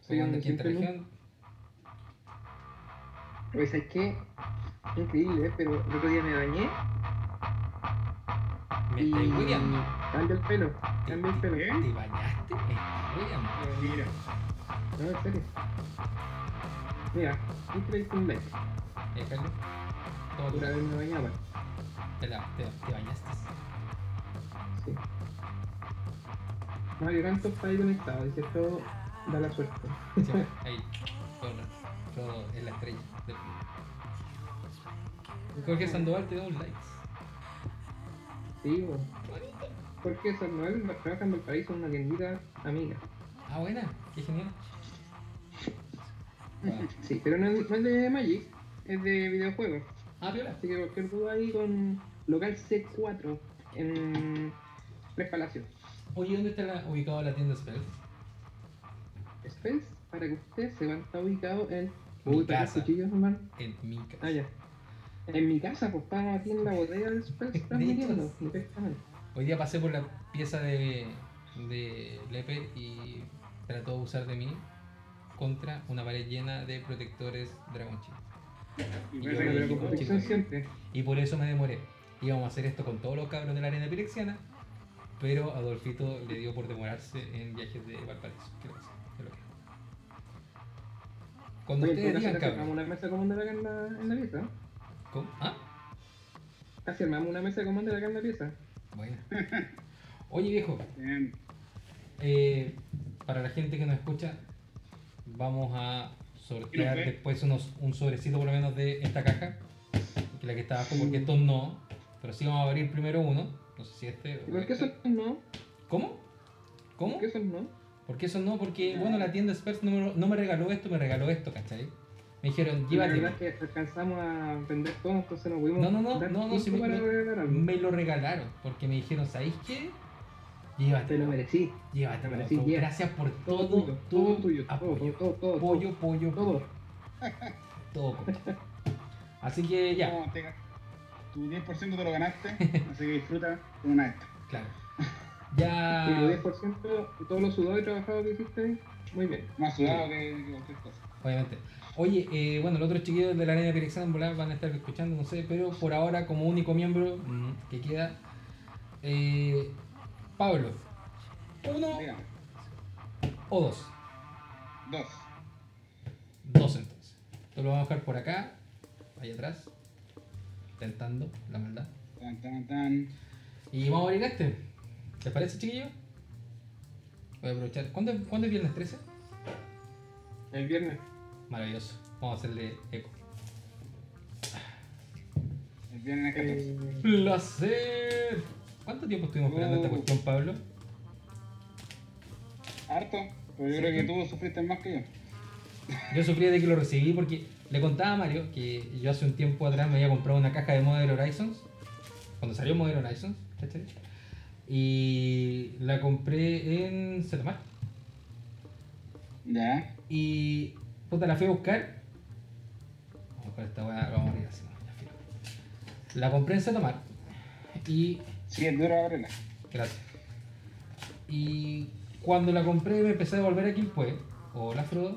Segunda Sí, quinta sí, sí. región. Oye, ¿sabes qué? Es Pues increíble, ¿eh? pero el otro día me bañé Me y... estáis hueveando. Cambio el pelo, cambio el pelo. ¿Te ¿Eh? te bañaste? Me estás hueveando. Mira, No, en serio. Mira, increíble un like. Eh, Carlos, todo Una vez duro. me bañaba. Te la- te- te bañaste. Sí. Mario Canto está ahí conectado, dice todo da la suerte. Sí, ahí. Todo, todo es la estrella. del fútbol. Jorge Sandoval te da un like. Sí, bueno. Porque Samuel trabaja en Valparaíso en una tiendita amiga. Ah, buena, qué genial. Wow. Sí, pero no es, no es de Magic, es de videojuegos. Ah, piola. Así que cualquier duda ahí con local C4 en Tres Palacios. Oye, ¿dónde está la- ubicada la tienda Spells? Spence, para que usted se van está ubicado en. Mi Uy, para casa. cuchillos, hermano. En mi casa. Ah, ya. En mi casa, pues estábamos aquí en la bodega del Spence transmitiendo sí. directamente. Hoy día pasé por la pieza de, de Lepe y trató de usar de mí contra una pared llena de protectores Dragon Chip. y Bueno, Yo le bueno, pero digo, con bueno, protección chicos. siempre. Y por eso me demoré. Íbamos a hacer esto con todos los cabros de la arena pirexiana, pero a Adolfito le dio por demorarse en viajes de Valparaíso. ¿Qué le pasa? ¿Qué lo que? Cuando Oye, en ustedes todo caso, digan, casi armamos cabros. una mesa común de la en la, en la pieza. ¿no? ¿Cómo? ¿Ah? Casi armamos una mesa común de la en la pieza. Bueno. Oye, viejo, bien. eh, para la gente que nos escucha, vamos a sortear ¿Y nos ve? después unos, un sobrecito por lo menos de esta caja, que la que está abajo, porque estos no. Pero sí vamos a abrir primero uno. No sé si este ¿Y o por qué este. esos no? ¿Cómo? ¿Cómo? ¿Por qué esos no? Porque eso no, porque bueno, la tienda Spurs no me, no me regaló esto, me regaló esto, ¿cachai? Me dijeron, La verdad llévatelo. es que alcanzamos a vender todo, entonces no pudimos. No, no, no, dar no, no, si tiempo me, para regalar algo. me, me lo regalaron, porque me dijeron, ¿sabéis qué? Te lo Llévatelo, merecí. llévatelo. te merecí, loco. lleva. Gracias por todo, tuyo, todo tu tuyo, todo, apoyo. todo, todo, todo, Pollo, pollo, todo. pollo, todo. compadre. Así que ya, No, te- tu 10% te lo ganaste, así que disfruta con una de estas. claro. Y tu Ya, 10% de todos los sudados y trabajados que hiciste, muy bien. Más sudado que, que cualquier cosa. obviamente. Oye, eh, bueno, los otros chiquillos de la Arena Pirexana en volada van a estar escuchando, no sé, pero por ahora, como único miembro mm, que queda, eh, Pablo. Uno Dígame. o dos. Dos. Dos entonces. Esto lo vamos a dejar por acá, ahí atrás, tentando la maldad. Tan, tan, tan. Y vamos a abrir este. ¿Les parece, chiquillo? Voy a aprovechar. ¿Cuándo, cuándo es viernes 13? El viernes. Maravilloso. Vamos a hacerle eco. El viernes 14. Eh, ¡Placer! ¿Cuánto tiempo estuvimos esperando esta Oh. cuestión, Pablo? Harto, pero yo creo que tú sufriste más que yo. Yo sufrí de que lo recibí porque le contaba a Mario que yo hace un tiempo atrás me había comprado una caja de Model Horizons, cuando salió Model Horizons, ¿cachai? Y la compré en Cetamar. Ya. Y puta, la fui a buscar. Vamos a buscar esta weá, vamos a abrir así, ya filo. La compré en Cetamar. Y Sí, es duro abrirla. Gracias. Y cuando la compré me empecé a devolver a Quilpue. Hola Frodo.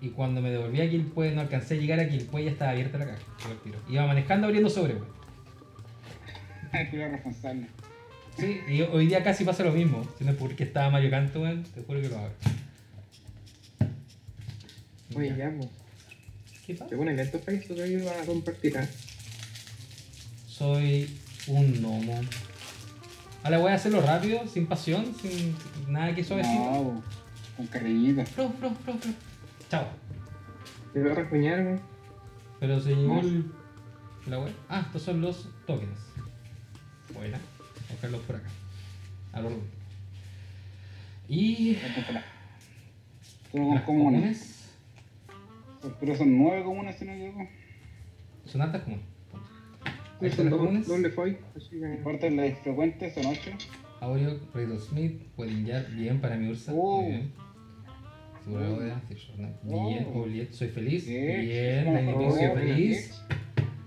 Y cuando me devolví a Quilpue no alcancé a llegar a Quilpue ya estaba abierta la caja. Yo al tiro. Iba manejando abriendo sobre, güey. El culo responsable. Sí, y hoy día casi pasa lo mismo. Si no es porque estaba Mario Canto, weón, te juro que lo hago. Oye, ya, pues. ¿Qué pasa? Se ponen estos países que iba a compartir. ¿ah? Soy un gnomo. Ahora voy a hacerlo rápido, sin pasión, sin nada que suavecito. No, bo. con cariñito. Fro, fro, fro, fro. Chao. Te voy a rasguñar, güey. Pero se llevó Vamos. el- la web. Ah, estos son los tokens. Buena. Vamos a dejarlos por acá. A los rubros. Y. Contempla. Todo con Las comunes. comunes. Pero son nueve comunes si no me equivoco. Son altas comunes. Eso Ahí están es las comunes. doble foil. Así que. Aparte las frecuentes son ocho. Aureo, Redo Smith, Weddingyard, bien para mi Ursa. Oh. Muy bien. Segura Oh. Oda, Cirsorna, Oh. Bien, Obliet, soy feliz. Bien. Bien, la Oh, soy bien. feliz.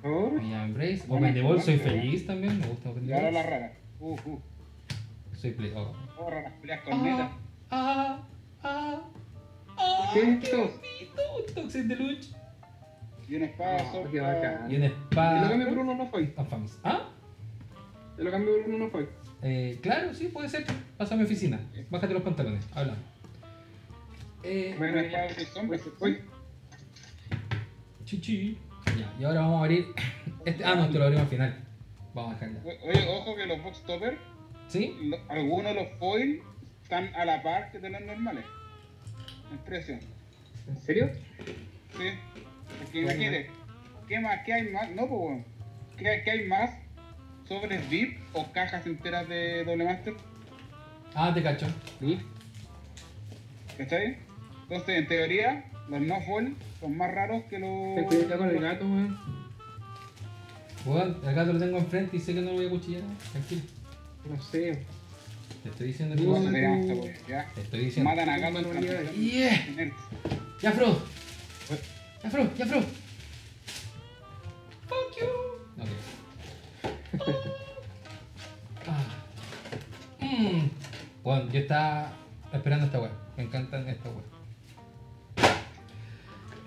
Oh, Mi Embrace. Buena Open the Ball, soy jugada. feliz también. Me gusta Open Y the ahora Ball. las raras. Uh, uh. Soy play. oh. Oh, raras peleas con neta. Ah, ¡Qué ¿Qué? bonito! Un Toxic Deluxe. Y una espada No, soft. qué Ah, bacán. Ah. Y Te lo una espada. cambio por uno no fue. Anfamis. ¿Ah? Te lo cambio por uno no fue. Eh, claro, sí, puede ser. Pasa a mi oficina. Bájate los pantalones. Hablamos. Eh, Bueno, este pues, ya. Una espada de sombra. Oye, chichi. Ya, y ahora vamos a abrir. Este, ah, no, esto lo abrimos al final. Vamos a dejarla. Oye, ojo que los box topper, ¿Sí? lo- algunos de los foil están a la par que de los normales. En precio. ¿En serio? Sí. Porque imagínate, ¿qué más? ¿Qué hay más? No, pues bueno. ¿Qué, hay- qué hay más? ¿Sobres VIP o cajas enteras de doble master? Ah, te cacho. Sí. ¿Cachai? Entonces, en teoría, los no foil son más raros que Ten los. cuidado con el gato, weón. Bueno, el gato lo tengo enfrente y sé que no lo voy a cuchillar. Tranquilo. No sé. Te estoy diciendo que. Bueno, Igual verás, tú- pues, ya. Te estoy diciendo. Matan a gatos Manualidades. Yeah. Ya, Fro. Ya, Fro, ya, Fro. Fuck you. Ok. Ah. Mm. Bueno, yo estaba esperando esta weá. Me encantan estas weas.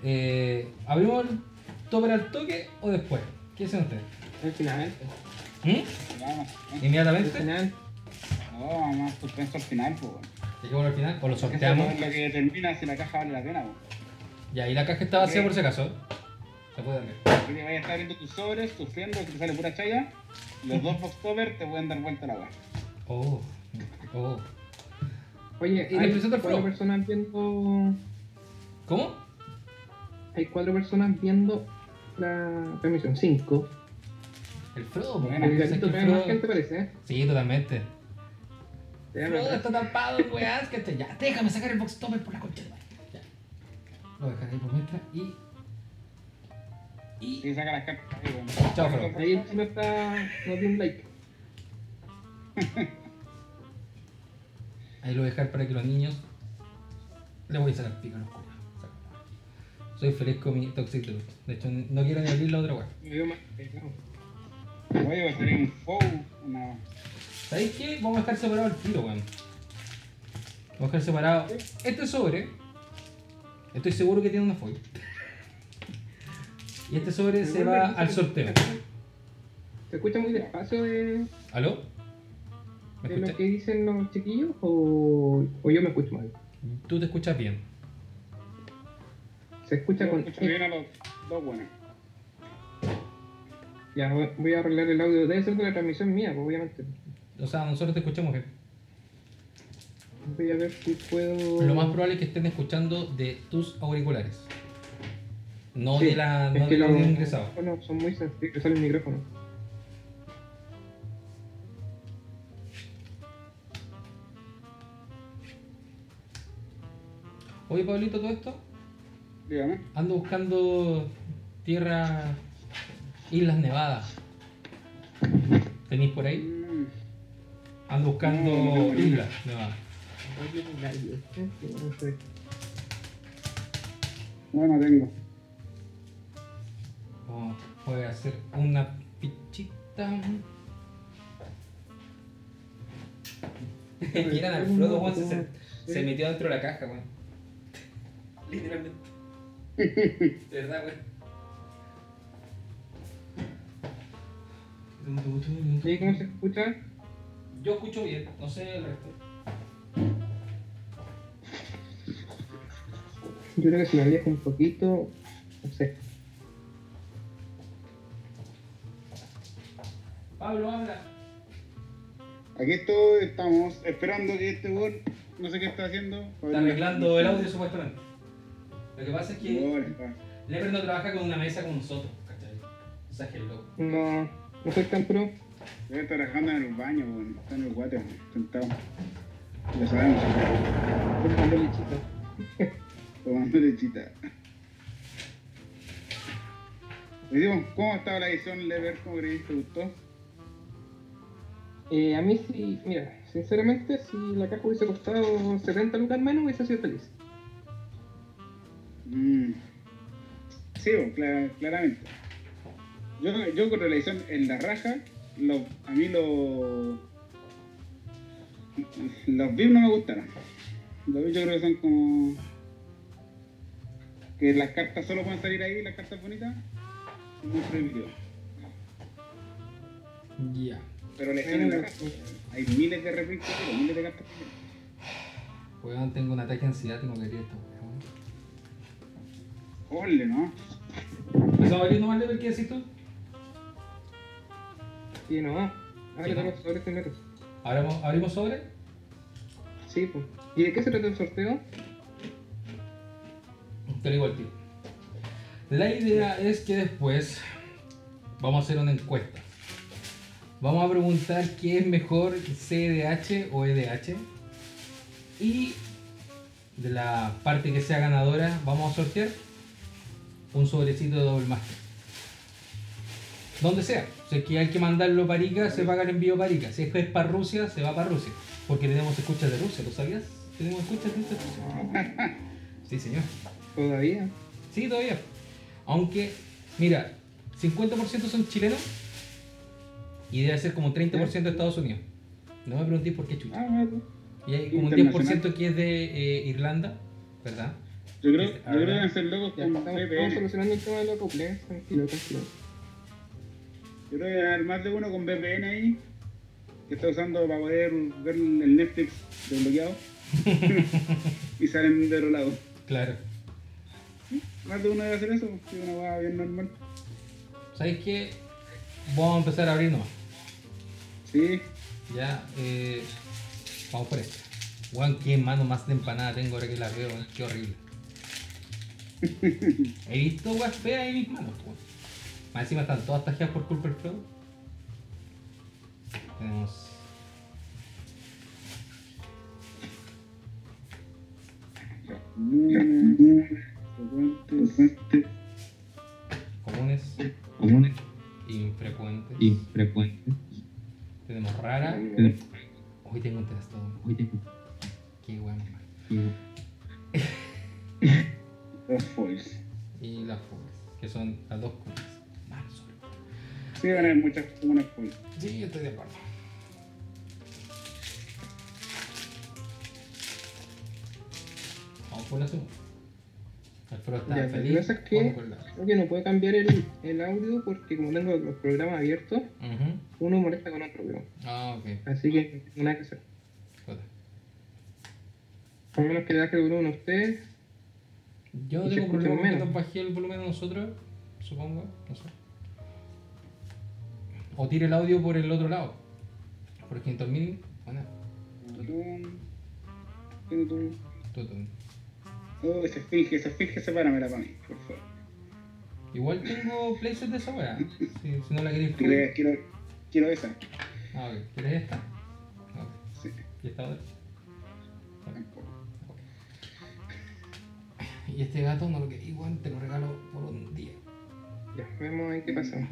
Eh, ¿Abrimos el topper al toque o después? ¿Qué dicen ustedes? Al final. ¿Mm? Vamos, Al ¿Inmediatamente? final. no, vamos más suspenso al final, pues. bueno. ¿Llegamos al final? ¿O lo Porque eso sorteamos? es lo que determina si la caja vale la pena, pues. Ya, y la caja está vacía por si acaso. Se puede abrir. Porque vayas a estar viendo tus sobres, sufriendo, que te sale pura chaya. Los dos box cover te pueden dar vuelta la weá. Oh, oh. Oye, Y le hay presento al cuatro Flo. personas viendo. ¿Cómo? Hay cuatro personas viendo la transmisión. Cinco. El Frodo, porque Bueno, El piensa gatito que trae Frodo- más gente parece, eh. Sí, totalmente. Te da Frodo más- está tapado, weás, que te... Ya, déjame sacar el box topper por la concha de madre. Ya. Lo dejaré ahí por mientras y... Y... Y saca las cartas. ahí, weón. Chao, Fro. Ahí el chino está. No tiene un like. Ahí lo voy a dejar para que los niños... Le voy a sacar pico a los culiados. Soy feliz con mi Toxic Deluxe. De hecho, no quiero ni abrir la otra weá. Me veo más pegado. Oye, va a salir un foe, una. ¿Sabéis qué? Vamos a dejar separado el tiro, weón. Vamos a dejar separado este sobre. Estoy seguro que tiene una foil. Y este sobre se va al sorteo. ¿Se escucha muy despacio de, ¿Aló? ¿Me de lo escuchas? que dicen los chiquillos o, o yo me escucho mal? Tú te escuchas bien. Se escucha Yo con... escucho bien a los dos buenos. Ya, voy a arreglar el audio. Debe ser de la transmisión mía, pues, obviamente. O sea, nosotros te escuchamos bien. Voy a ver si puedo... Lo más probable es que estén escuchando de tus auriculares. No Sí, de la. es No que del los audio ingresado. micrófonos son muy sensibles, sale el micrófono. Oye, Pablito, todo esto. Dígame. Ando buscando tierra. Islas Nevadas. ¿Tenéis por ahí? Mm, Ando buscando No, no, no, no. islas nevadas. No, no tengo. Vamos a poder hacer una pichita. Miran al Frodo, weón, se, se- se metió dentro de la caja, weón. Literalmente. De verdad, ¿Y cómo se weón. escucha? Yo escucho bien, no sé el resto. Yo creo que si me alejo un poquito, no sé. Pablo, habla. Aquí estoy, estamos esperando que este weón, no sé qué está haciendo. Está arreglando el audio supuestamente. Lo que pasa es que Weón, está. Leper no trabaja con una mesa como nosotros, ¿cachai? O sea, es que el loco. No, no soy tan pro. Debe estar trabajando en el baño, weón. Está en el water, sentado. Lo sabemos, Soy tan lechito. tomando lechita. Le digo, ¿cómo estaba la edición Lever? ¿Cómo creí? ¿Te gustó? Eh, a mí sí, mira, sinceramente, si la caja hubiese costado 70 lucas menos, hubiese sido feliz. Mm. Sí, bueno, cla- claramente. Yo, yo con relación en la raja, lo- a mí los los VIP no me gustaron. Los VIP yo creo que son como que las cartas solo pueden salir ahí, las cartas bonitas, muy prohibido. Ya. Pero le salen las pues. cartas. Hay miles de reprints, pero miles de cartas. que- Weón, tengo un ataque de ansiedad, tengo que abrir esta weón. Ole, ¿no? ¿Empezamos a abrir nomás level? ¿Qué decís tú? Sí, no. ah, Ahora Sí, no. tenemos sobres en metros. ¿Abrimos, abrimos sobre? Sí, pues. ¿Y de qué se trata el sorteo? Te lo digo al tiro. La idea es que después vamos a hacer una encuesta. Vamos a preguntar qué es mejor, CDH o EDH. Y de la parte que sea ganadora, vamos a sortear un sobrecito de Double Master. Donde sea. Si es que hay que mandarlo para Arica, se paga el envío para Arica. Si es que es para Rusia, se va para Rusia. Porque tenemos escuchas de Rusia, ¿lo sabías? Tenemos escuchas de Rusia. Sí, señor. Todavía. Sí, todavía. Aunque, mira, 50% son chilenos y debe ser como 30% de Estados Unidos. No me preguntéis por qué chucha. Ah, bueno. Y hay como un 10% que es de eh, Irlanda, ¿verdad? Yo creo, yo Ah, creo que ¿verdad? deben ser locos Ya, Mm, con estamos, estamos VPN. solucionando el tema de los acoplés. Tranquilo, tranquilo. Yo creo que debe haber más de uno con VPN ahí, que está usando para poder ver el Netflix desbloqueado. y salen de otro lado. Claro. Más de uno debe hacer eso, que una va bien normal. ¿Sabéis qué? Vamos a empezar a abrir nomás. Sí, Ya, eh, vamos por esto. Juan, qué mano más de empanada tengo ahora que la veo, weón, qué horrible. He visto weas feas en mis manos, weón. Más encima están todas tajeadas por culpa del Frodo. Tenemos. Lunes, frecuentes, comunes, comunes infrecuentes. y frecuentes. Tenemos rara. Pero Hoy tengo un trastorno. hoy tengo Qué bueno. man. que- los foils. Y las pobres, que son las dos comunes. Mal solo. Sí, van a haber muchas como unas foils. Sí, yo estoy de acuerdo. Vamos por la segunda. Alfredo está Ya, feliz. lo que pasa es que- vamos por la- Creo que no puedo cambiar el, el audio porque como tengo los programas abiertos, Ujú. uno molesta con otro, creo. Ah, ok. Así que nada que hacer. Jota. A menos que le baje el volumen a ustedes. Yo no Y se tengo escucha problema con que menos. nos bajé el volumen a nosotros, supongo, no sé. O tire el audio por el otro lado. Por 500.000, bueno, Tutum, tutum. tú, tú. Oh, esa esfinge, esa esfinge, sepáramela para mí, por favor. Igual tengo playset de esa wea. Si, si no la queréis full. Quiero, quiero, quiero esa. Ah, ok. ¿Quieres esta? Ok. Sí, ¿Y esta otra? tampoco. Y este gato no lo quería igual, te lo regalo por un día. Ya, vemos ahí qué pasa.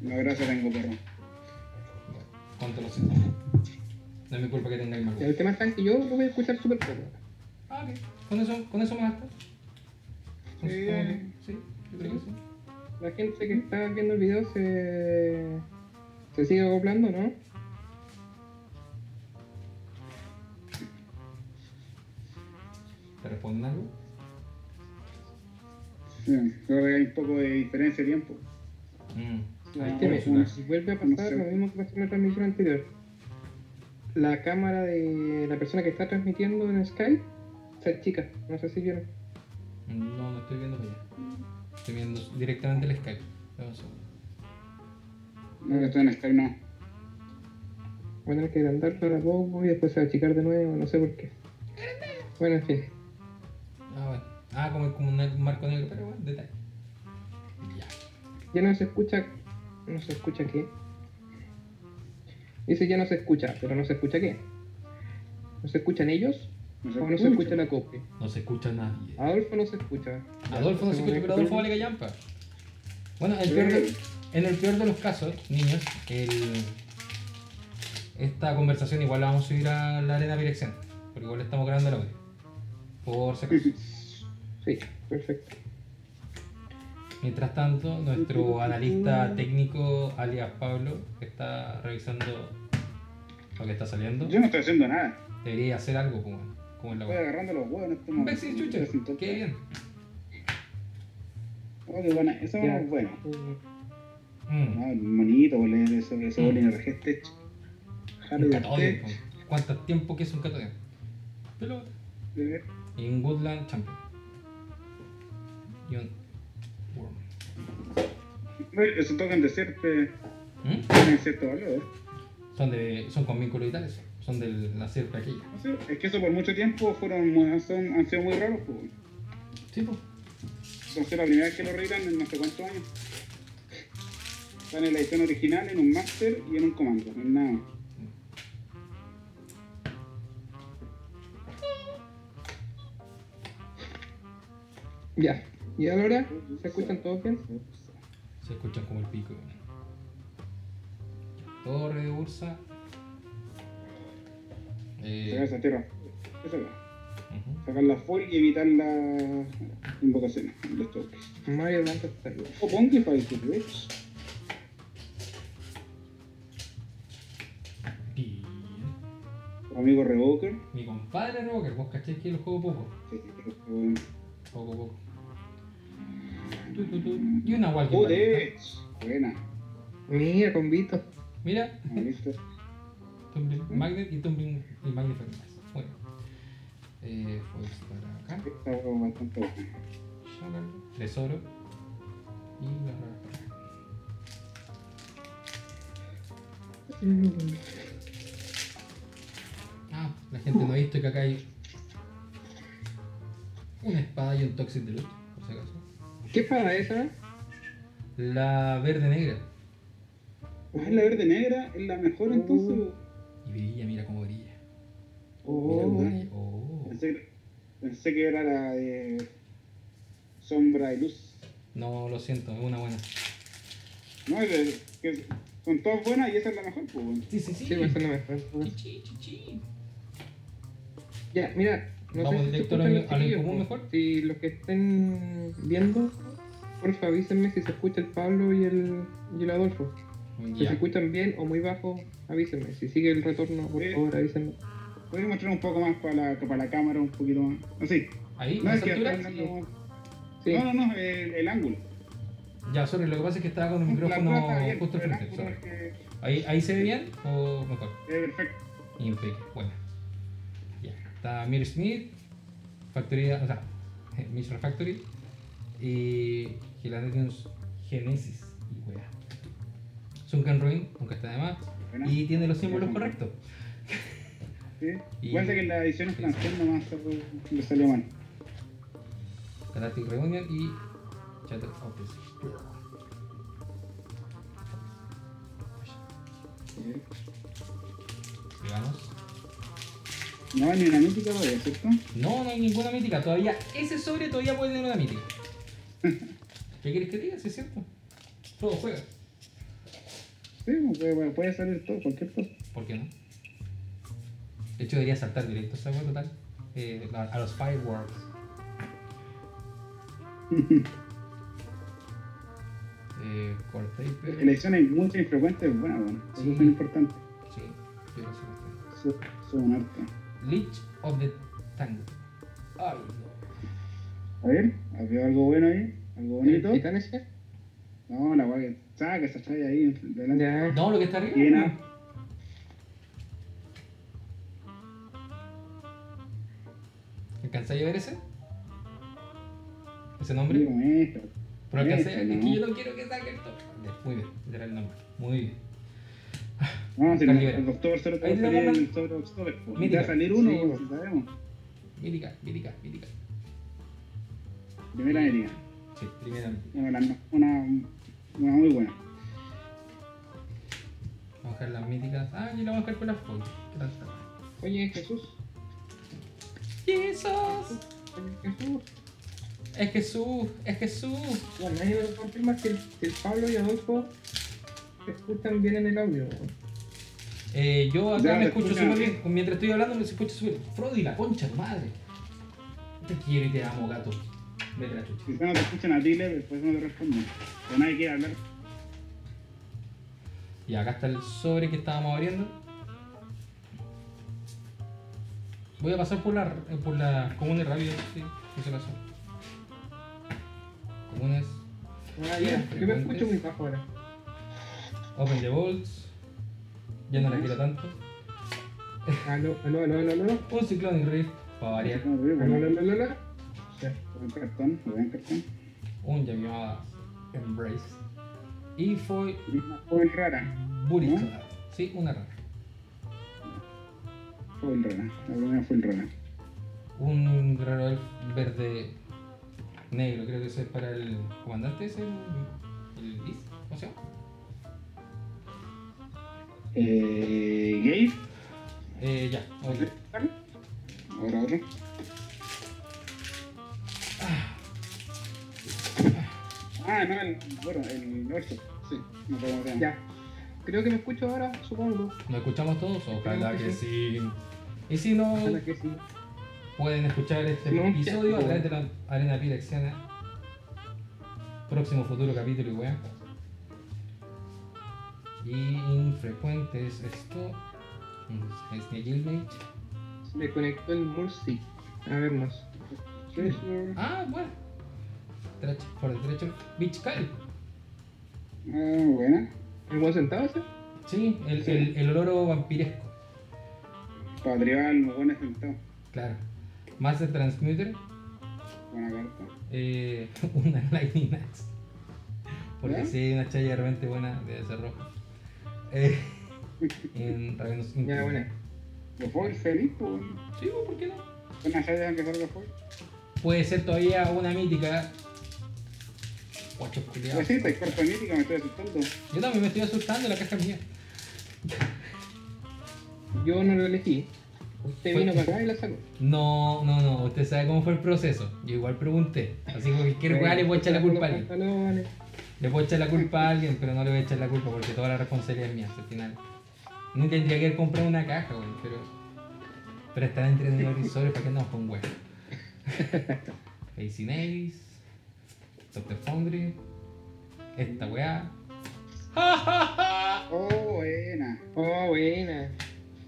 Un abrazo tengo, perro. Bueno, ¿Cuánto lo siento? No es mi culpa que tengáis mal Ya, gusto. El tema está en que yo lo voy a escuchar súper poco. Ah, ok. ¿Con eso, con eso me basta? Con Sí, eso- dale. sí, yo creo que sí. La gente que está viendo el video se, se sigue acoplando, ¿no? ¿Te responden algo? Sí, creo que hay un poco de diferencia de tiempo. Mm. Ahí Ah, te bueno, meto. Y vuelve a pasar Sí. lo mismo que pasó en la transmisión anterior. La cámara de la persona que está transmitiendo en Skype se achica. No sé si vieron. No, no estoy viendo para allá. Estoy viendo directamente el Skype. Dame un segundo. No, que estoy en Skype, no. Voy a tener que agrandarlo ahora poco y después se va a achicar de nuevo, no sé por qué. Bueno, en fin. Ah, bueno. Ah, como, como un marco negro, pero bueno, detalle. Ya. Ya no se escucha. ¿No se escucha qué? Dice ya no se escucha, pero no se escucha qué. ¿No se escuchan ellos? No ¿O no se escucha la copia? No se escucha nadie. Adolfo no se escucha. Adolfo no se escucha, pero Adolfo vale callampa. Bueno, el Sí. peor de- en el peor de los casos, niños, el- esta conversación igual la vamos a subir a la arena dirección. Porque igual estamos grabando el audio. Por si acaso. Sí, perfecto. Mientras tanto, nuestro analista técnico, alias Pablo, está revisando lo que está saliendo. Yo no estoy haciendo nada. Debería hacer algo pues, como, como en la Estoy web. agarrando los huevos en este Un momento. Bexi chucha, Estoy sin toque. qué bien. Oh, qué buena. Eso Ya. es bueno. Mm. Ah, monito, le ese ese Mm. boli en RG Tech. Un Harry Catodian. Tech. po. ¿Cuánto tiempo que es un Catodian? Pelota. de este. ver. Y un Woodland Champion. Y un Worm. Bueno, Eso tocan de serpe. ¿Mm? Tienen cierto valor. Son, de, son con vínculos vitales. Son de la sierpe aquella. No sé, es que eso por mucho tiempo fueron, muy- han, son- han sido muy raros. Pues. Sí, pues. Entonces la primera vez que lo reirán en no sé cuántos años. Están en la edición original, en un master y en un comando. En nada. más. Ya. ¿Y ahora? ¿Se escuchan todos bien? Se escuchan como el pico. weón. Torre de Ursa. Sacar Eh, esa tierra. Eso va. ujú. Sacar la full y evitar las invocaciones. Los toques. Mario Blanco está bien. O Ponky Fight, bitch. Y Amigo Revoker. Mi compadre Rocker, vos cachéis que lo juego poco. Sí, pero, eh, Poco, poco. Tu, tu, tu. Y una Walking Ballista. Joder. Buena. Mira, con Vito. Mira, Ah, Listo. Tumbling Magnet y Tumbling y Magnet más. Bueno. Eh, pues para acá. Esta hueá es bastante buena. Shocker, Tesoro. Y la rara. Ah, la gente no ha visto que acá hay una espada y un Toxic de luz, por si acaso. ¿Qué para esa? La verde negra. Ah, la verde negra es la mejor entonces. Uh. Y brilla, mira cómo brilla. Mira cómo Oh, brilla. Oh. Pensé, pensé que era la de sombra y luz. No, lo siento, es una buena. No, es de- que son todas buenas y esa es la mejor, pues bueno. Sí, sí, sí. sí, va a ser la mejor. Chi, chi, chi, chi. Ya, mira, no Vamos sé si se directo a lo- escuchan los a lo chiquillos, común po. mejor. Si los que estén viendo, porfa avísenme si se escucha el Pablo y el, y el Adolfo. Pues Si se Ya. escuchan bien o muy bajo, avísenme. Si sigue el retorno, por Eh. Sí. favor, avísenme. Voy a mostrar un poco más para la, para la cámara, un poquito más. Así. Ahí, No, a es esa que altura. acá no- Sí, No, no, no, el, el ángulo. Ya, sorry, lo que pasa es que estaba con el La micrófono plata, bien, justo al el frente. ángulo es sorry. que es Ahí, ahí se ve bien o mejor. perfecto. Impecable, buena. Ya. Está Mir Smith, Factoría, o sea, Mr. Factory y Gelatinous Genesis. Y weá. Sunken Ruin, nunca está de más. Buena. Y tiene los símbolos correctos. Sí. y- Cuenta que en la edición francesa nomás se fue- le salió mal. Galactic Reunion y Shadow of the Sea. Digamos. No, ni una mítica todavía, ¿cierto? No, no hay ninguna mítica. Todavía, ese sobre todavía puede tener una mítica. ¿Qué quieres que diga? Sí, es cierto. Todo juega. Sí, pues, puede, puede- puede salir todo, cualquier cosa. ¿Por qué no? De hecho, debería saltar directo esa wea total. eh, a, a los fireworks. Eh, corté y En pegué. Elecciones muy infrecuentes, bueno, bueno. Eso Sí. es muy importante. Sí, yo lo sé. bastante. Eso eso es un arte. Leech of the Tango. Ay, A ver, ¿había algo bueno ahí? ¿Algo ¿El Eh, bonito? titán ese? No, la guay, saca esa chaya ahí, delante. no. Ya. No, lo que está arriba. Bien, no. ah. ¿Alcanzáis a ver ese? ¿Ese Hombre, nombre? con esto. Pero alcancé, Este, es que no. yo no quiero que saque el top. Ya, Muy bien, ese era el nombre. Muy bien. No, si Está no, libre. el doctor solo te va Ahí a le salir vamos a- el sobre October. po. Mítica. pues. Te va a salir uno, Sí, po, po. si sabemos. Mítica, mítica, mítica. Primera avenida. Sí, primera. Una, una, una muy buena. Vamos a buscar las míticas. Ah, yo la voy a buscar con las fotos. ¿Qué tal? está? Oye, Jesús. Jesús, Oye, Jesús. es Jesús, es Jesús. Bueno, nadie me confirma que el, que el Pablo y Adolfo se escuchan bien en el audio. Eh, yo acá Ya, me te escucho escuchan. súper bien. Mientras estoy hablando me escucho súper bien. Frodi, la concha, de tu madre. Te quiero y te amo, gato. Vete a la chucha. Si no te escuchan a ti, le- después no te responden. Pero nadie quiere hablar. Y acá está el sobre que estábamos abriendo. Voy a pasar por la, eh, por la comunes rápido, sí, por si acaso. Comunes, Ah, ya. Yo me escucho muy bajo ahora. Open the Bolts. Yo no la quiero tanto. Aló, aló, aló, aló, aló. Un Cyclonic Rift, para variar. Como digo, Aló, aló, bueno, aló, aló, aló. buen cartón, buen cartón. Un llamado Embrace. Y fue Una foil rara. Burikla. Sí, una rara. Foil rara. La primera foil rara. Un raro elf verde negro, creo que ese es para el comandante ese, el Liz, ¿cómo se llama? Eh, Gabe. Eh, ya, ok. Ahora otro. Ah, no, el, bueno, el orso. Sí, no podemos ver. Ya. Creo que me escucho ahora, supongo. ¿Nos escuchamos todos? Ojalá Creo que que sí. Y si no, Ojalá que sí. pueden escuchar este No, episodio a ya. través de la Arena Pirexiana. Próximo futuro capítulo y weá. Y infrecuente es esto. Es de Gilmage. Se me conectó el Mursi. A vernos. Treasure. Ah, bueno. Treasure, por el treasure. Beach Call. Ah, buena. ¿El buen sentado ese? Sí, el, Sí. El, el olor vampiresco. Para tribal, muy buen efecto. Claro. Más de Transmuter. Buena carta. eh, una Lightning Axe. Porque ¿Ya? si hay una chaya de repente buena de ese rojo. Eh, en Ravenous Inc. Ya, buena. Los foil feliz, pues. bueno. Sí, pues, ¿por qué no? Son las áreas que salga foil. Puede ser todavía una mítica. Guacho culiao. Pues sí, estáis cuerpo mítica, me estoy asustando. Yo también me estoy asustando, la caja es mía. Yo no lo elegí. Usted vino Fue- para acá y la sacó. No, no, no. Usted sabe cómo fue el proceso. Yo igual pregunté. Así que cualquier weá le voy a echar la culpa a alguien. pantalones. Le puedo echar la culpa a alguien, pero no le voy a echar la culpa porque toda la responsabilidad es mía al final. No tendría que haber comprado una caja, güey, pero. Pero estar entretenido los risores para que andamos con güey. Casey Navis, Dr. Foundry, esta weá. Oh, buena. Oh, buena.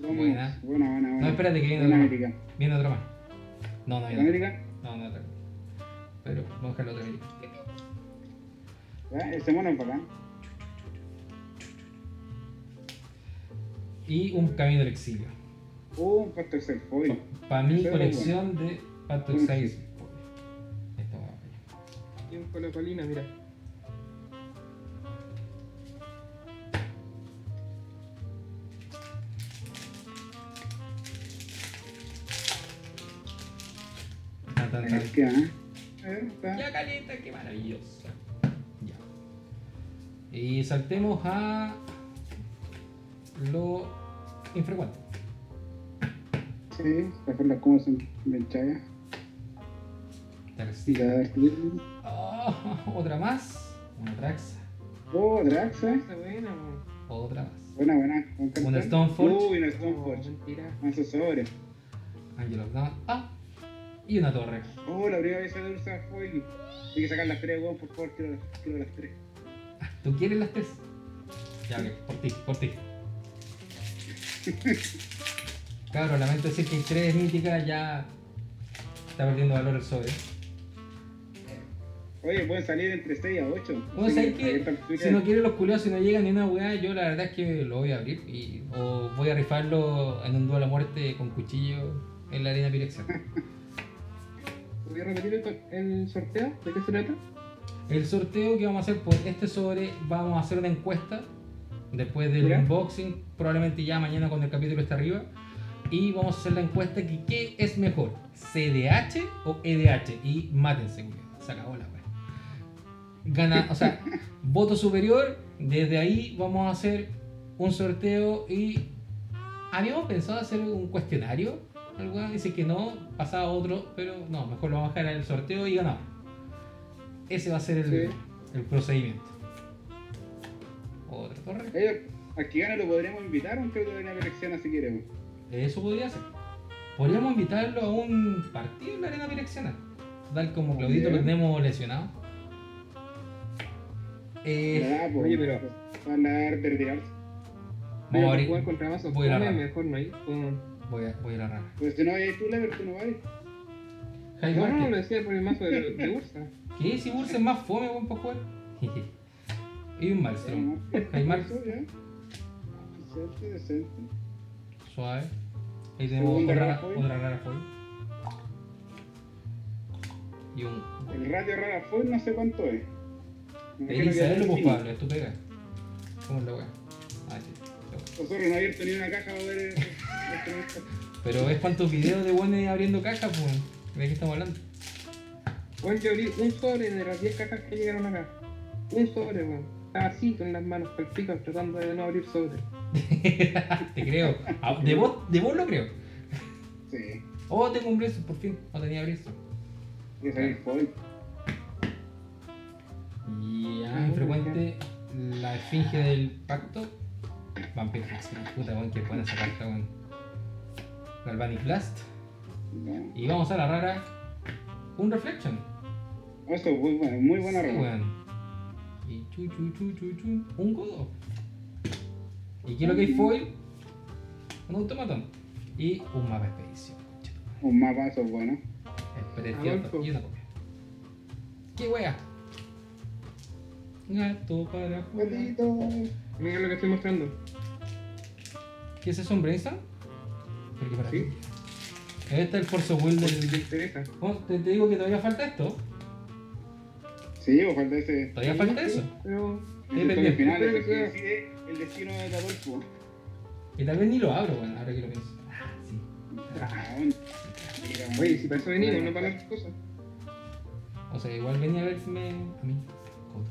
Vamos. Buena. Buena, buena, buena. No, espérate que viene Buena otra mítica. más. Viene otra más. No, no, ¿La viene otra. mítica? No, no, otra. Pero vamos a dejar la otra mítica. ¿Ya? Ese mono es bacán. Y un camino del exilio. Uh, un pastor self foil. Para mi Pero colección de Pato Bueno, Exile. sí. Esta weá. Y un colocolina, mira. Tan, tan, tan. ¿Qué, ah? Eh, está. Ya calienta, qué maravillosa. Ya. Y saltemos a lo infrecuente. Sí, las formas como son bien chayas. Y Tarcilla. la Dark Oh, otra más. Una traxa. Oh, Draxa. Está buena, weón. Otra más. Buena, buena. Un cartón. Stoneforge. Uy, una Oh, Stoneforge. mentira. Más sus sobres. Angel of Dawn. Ah. Y una torre. Oh, la primera vez se usa foil. Hay que sacar las tres, weón, por favor, quiero, quiero las tres. ¿Tú quieres las tres? Ya, ok. Por ti, por ti. Cabrón, lamento decir que hay tres míticas ya está perdiendo valor el sobre. Oye, pueden salir entre 6 a 8. Bueno, Pues, ¿sabes qué? Si no quieren los culiados, si no llegan ni una weá, yo la verdad es que lo voy a abrir y, o voy a rifarlo en un duelo a muerte con cuchillo en la arena pirexa. ¿Voy a repetir el, co- el sorteo? ¿De qué se trata? El sorteo que vamos a hacer por este sobre, vamos a hacer una encuesta después del ¿Ya? unboxing, probablemente ya mañana cuando el capítulo esté arriba. Y vamos a hacer la encuesta que qué es mejor, CDH o EDH. Y mátense, weón. Se acabó la weá. Gana, o sea, voto superior, desde ahí vamos a hacer un sorteo y habíamos pensado hacer un cuestionario. El weón dice que no, pasaba otro, pero no, mejor lo vamos a dejar en el sorteo y ganamos. Ese va a ser el, Sí. el procedimiento. Otra torre. Ellos, a que gana lo podríamos invitar, aunque lo venga a selección si queremos. Eso podría ser. Podríamos invitarlo a un partido en la arena direccional. Tal como Claudito lo Bien. tenemos lesionado. Eh, Ah, pues, oye, pero- Van a dar de retirarse. vamos a Voy a abrir- jugar contra vasos. voy a la Come, rama. mejor no ir. con- Voy a, voy a la rama. Pues si no vayas tú, Lever, tú no vayas. Jaime No, no, Márquez, lo decía por el mazo de, de Ursa. ¿Qué? Si Bursa es más fome, buen para jugar. y un Malmstrom. Hay Mal- Eso pues, ya. Decente, decente. Suave. Ahí tenemos Segunda otra, rara foil. otra rara foil. Y un. El ratio rara foil no sé cuánto es. Me Te imagino que que saberlo, es pues cinco. Pablo, es tu pega. ¿Cómo es la weá? Ah, sí. la weá. Nosotros no abierto ni una caja para ver eso. esto. Pero ves cuántos videos de Wanda abriendo cajas, pues. ¿De qué estamos hablando? Bueno, yo abrí un sobre de las 10 cajas que llegaron acá. Un sobre, weón. Estaba así con las manos palpitas tratando de no abrir sobre. Te creo. Ah, De vos, de vos lo creo. Sí, Oh, tengo un Blizzard, por fin. No tenía Blizzard. hay que salir foil. Ya, infrecuente. Ah, La esfinge del pacto. Vampire Hexen. Puta, weón, que buena esa carta, weón. Galvanic Blast. No. Y vamos a la rara. Un Reflection. Oh, Eso es muy bueno, muy buena Sí, ropa. weón. Y chu, chu, chu, chu, chu. Un codo. Y quiero que hay foil. Un automatón. Y un mapa de expedición. conchetumadre. Un mapa, eso es bueno. El precioso. Adolfo. Y una copia. ¿Qué wea? Gato para jugar. Bonito. Mira lo que estoy Mm. mostrando. ¿Qué es eso, un brainstorm? Porque para Sí. ti. Este es el Force Will Si te del. interesa. Oh, te, te digo que todavía falta esto. Sí, o falta ese. Todavía falta eso. Pero El Depende. toque final, Depende, es el que claro. decide el destino de Adolfo. Y tal vez ni lo abro, bueno, ahora que lo pienso. Ah, sí. Ah, bueno. Mira, Oye, si para eso venimos, bueno. no para las cosas. O sea, igual venía a verme a mí. Coto.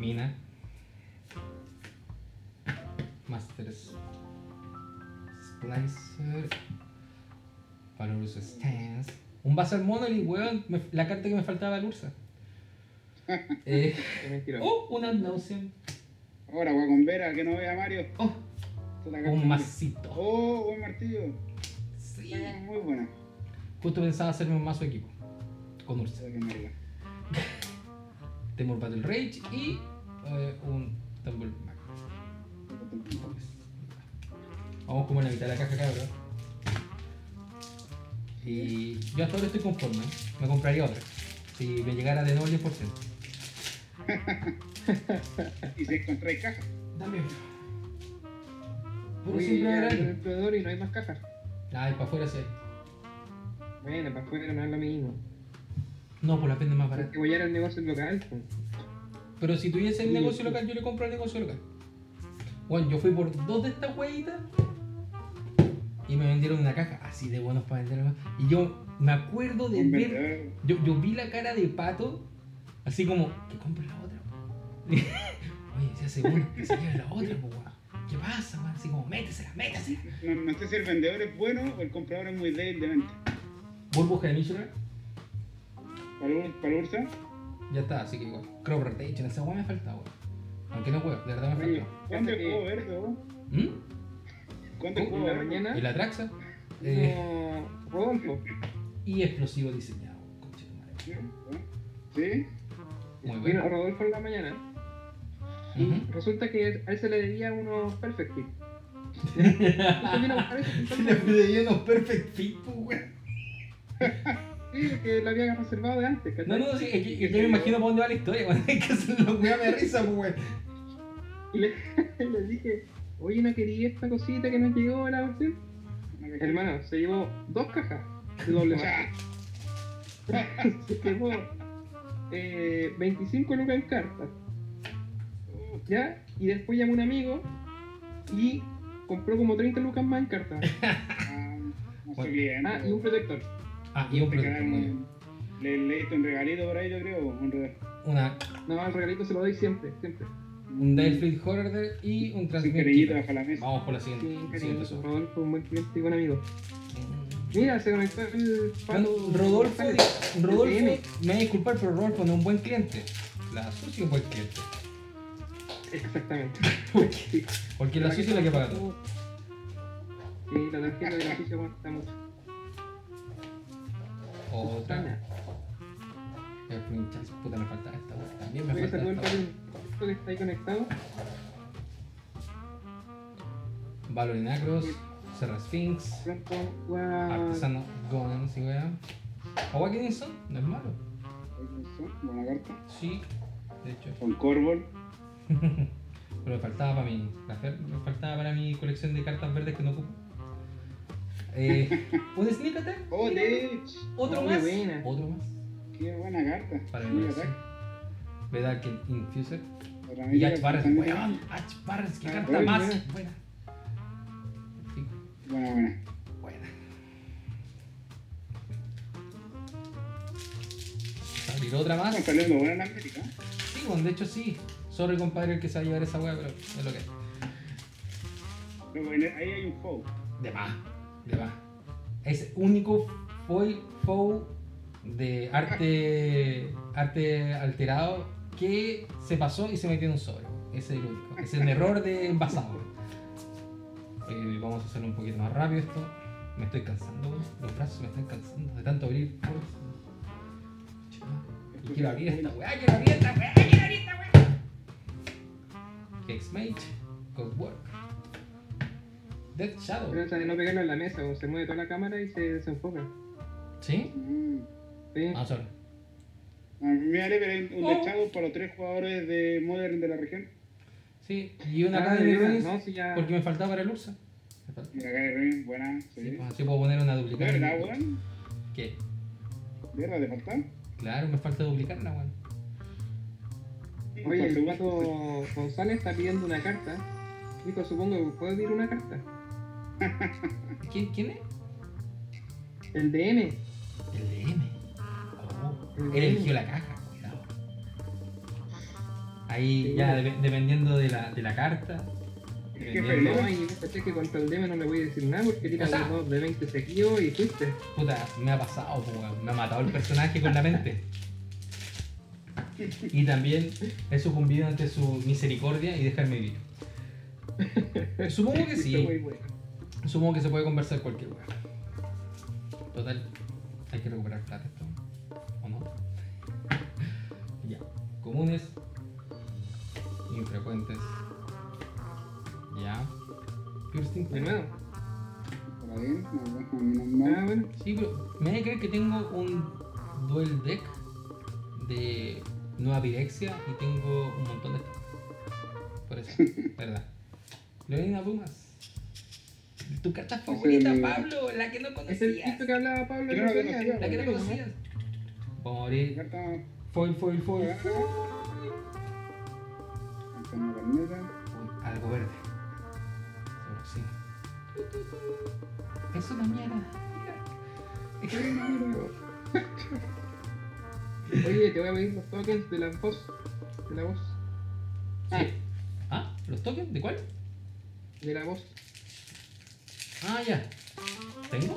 Mina. Masters. Splicer. Valorus Stance. Un Basal Monolith, weón. me- la carta que me faltaba Valursa. eh, Es mentira. oh, una Nauseam. Ahora, con Vera, que no vea a Mario. Oh, Se la gasta. un masito. Oh, buen martillo. Sí. Está muy buena. Justo pensaba hacerme un mazo equipo. Con Ursa. Esa que Mario. Temor Battle Rage y eh, un Tumble Mac. Vamos como en la mitad de la caja, cabrón. Y yo hasta ahora estoy conforme. ¿eh? Me compraría otra. Si me llegara de nuevo el 10%. Y se encontré caja. Dame. Puro Oye, simple ya grande. abrió el proveedor y no hay más cajas. Ay, para afuera sí. hay. Bueno, para afuera no es lo mismo. No, pues la venden más Para barata. que huellar el negocio local. pues. Pero si tuviese el Sí, negocio sí. local, yo le compro el negocio local. Bueno, yo fui por dos de estas huevitas y me vendieron una caja así de buenos para vender. Y yo me acuerdo de Un ver vendedor. Yo, yo vi la cara de pato, así como, que compre la otra. po". Oye, se hace una, que se lleve la otra, po, weón. ¿Qué pasa, weón? Así como, métesela, métesela. No, no sé si el vendedor es bueno o el comprador es muy débil de mente. Burbuja de Michelin, Para, Ur- para Ursa, ya está, así que igual. Crop rotation, esa weón me falta, weón. Aunque no weón, de verdad me Oye, falta. ¿cuándo pasa el juego que verde? vos? ¿Mm? ¿Cuándo el Oh, juego en la verde? mañana ¿Y la Traxa? Eh, no roban, pues. y explosivo diseñado, conchetumare. ¿Sí? ¿Sí? Muy Vino bueno. Rodolfo en la mañana y Ujú. resulta que a él se le debía unos perfect fit. Ah, vino a buscar eso Ah. Le pedí unos perfect fit, pues, po, weón. Sí, porque lo había reservado de antes, ¿cachai? No, no, sí, es que, es que me imagino para dónde va la historia, weón. Es que se lo weón me da risa, pues, po, weón. Y le, le dije, oye, no quería esta cosita que nos llegó a la versión. Una caja. Hermano, se llevó dos cajas de doble mano. se llevó eh, 25 lucas en cartas, Uh, ¿ya? Y después llamó un amigo y compró como 30 lucas más en cartas. ah, no sé Bueno. bien. Ah, pero y un protector. Ah, y un te producto, quedaron- muy bien. Le, le diste un regalito por ahí, yo creo. Un re- una, No, el regalito se lo doy siempre, siempre. un Delfleet Horror y un Sin Transmute querellito Keeper. bajo la mesa. Vamos por la siguiente. Sí, siguiente cariño, sobre. Rodolfo, un buen cliente y buen amigo. Mira, se conectó el Bueno, Pato Rodolfo, González. Rodolfo, DM. me voy a disculpar, pero Rodolfo no es un buen cliente. La Susi es un buen cliente. Exactamente. Porque la Susi es la que paga todo. Sí, la tarjeta de la ficha cuesta mucho. Otra. El Princhas, puta, me falta esta weá. También me Voy a falta saludar esta para weá. el Rodolfo que está ahí conectado. Valorinacros, Serra Sphinx, Pronto, guau. Artesano Golem, si weá. O Watkinson, no es malo. Buena carta. Sí, de hecho. Con Corbol. Pero me faltaba para mi, me faltaba para mi colección de cartas verdes que no ocupo. Eh, ¿Un sneak attack? ¡Oh, Mira, Dech! ¿Otro Oh, qué más? buena. ¿Otro más? ¡Qué buena carta! Para Mira, mi colección. tac. ¿Verdad que Infuser? Para mí Y la H. Barres, carta weón. H. Barres, qué Ah, carta buena, más buena. Sí, Buena, buena. buena. ¿Abrir otra más? Están saliendo buena en América. ¿eh? Sí, bueno, de hecho sí. Sorry, compadre, el que se va a llevar esa weá, pero es lo que es. Pero bueno, ahí hay un foul. De más, de más. Es único foil foe de arte arte alterado que se pasó y se metió en un sobre. Ese es el único. Es el error de envasado. Eh, vamos a hacerlo un poquito más rápido esto. Me estoy cansando, weón. los brazos me están cansando de tanto abrir. Y quiero abrir esta weá, quiero abrir esta weá, quiero abrir esta weá. Hexmage, Cowork, Death Shadow. Trata de no pegarlo en la mesa, weón. se mueve toda la cámara y se desenfoca. ¿Sí? Mm. Sí. Vamos a ver. A mí me vale ver un Oh. dechado para los tres jugadores de Modern de la región. Sí, y una Ah, acá de mi ya, Ruiz, no, si ya- porque me faltaba para el Ursa. Me falta. Mira, acá de buena. Sí, Sí. pues así puedo poner una ¿De duplicada. verdad, weón? ¿Qué? ¿De verdad, de faltar? Claro, me falta duplicarla, weón. Oye, el Por segundo. Pato González está pidiendo una carta. Dijo, supongo que puede pedir una carta. ¿Quién, ¿Quién es? El DM. El DM. Oh, él eligió la caja, cuidado. Ahí Sí, ya bueno. dep- dependiendo de la, de la carta. Es que Bien, No, perdón. y caché que contra el DM no le voy a decir nada porque tira O sea- los dos de 20 seguidos y fuiste. Puta, me ha pasado, po, weón. Me ha matado el personaje con la mente. Y también he sucumbido ante su misericordia y dejarme vivir. Supongo que Fuiste muy sí. bueno. Supongo que se puede conversar cualquier lugar. Total, hay que recuperar plata esto. ¿O no? ya. Comunes. Infrecuentes. Ya. Pure De Instinct. nuevo. Para bien, no, no, no, no, no. Ah, bueno. Sí, pero me que creer que tengo un duel deck de nueva pirexia y tengo un montón de estas. Por eso, verdad. Leonina Pumas. Tu carta favorita, el- Pablo, la que no Es el conocías. tipo que hablaba Pablo el Creo otro que día, conocía, La que no ¿no? conocías. Vamos a abrir. Carta, Foil, foil, foil. carta en la carneta. Uy, algo verde. Seguro que sí. Es una mierda. Oye, te voy a pedir los tokens de la voz. De la voz. Sí. ¿Ah? ¿Los tokens? ¿De cuál? De la voz. Ah, ya. ¿Tengo?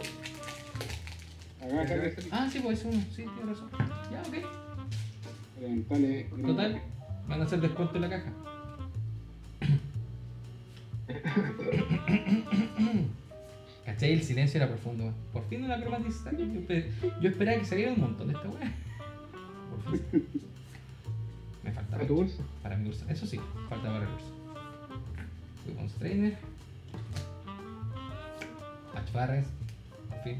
Agáchate, Ah, sí, pues es uno, sí, tiene razón. Ya, ok. levantale. Total, van a hacer descuento en la caja. ¿Cachai? El silencio era profundo, weón. Por fin una cromatización. Yo, espe- yo esperaba que saliera un montón de esta weá. Por fin. Me faltaba. A tu bolsa. Para mi Ursa. Eso sí, falta para el Ursa. Weapons Trainer. H. Barres. Por fin.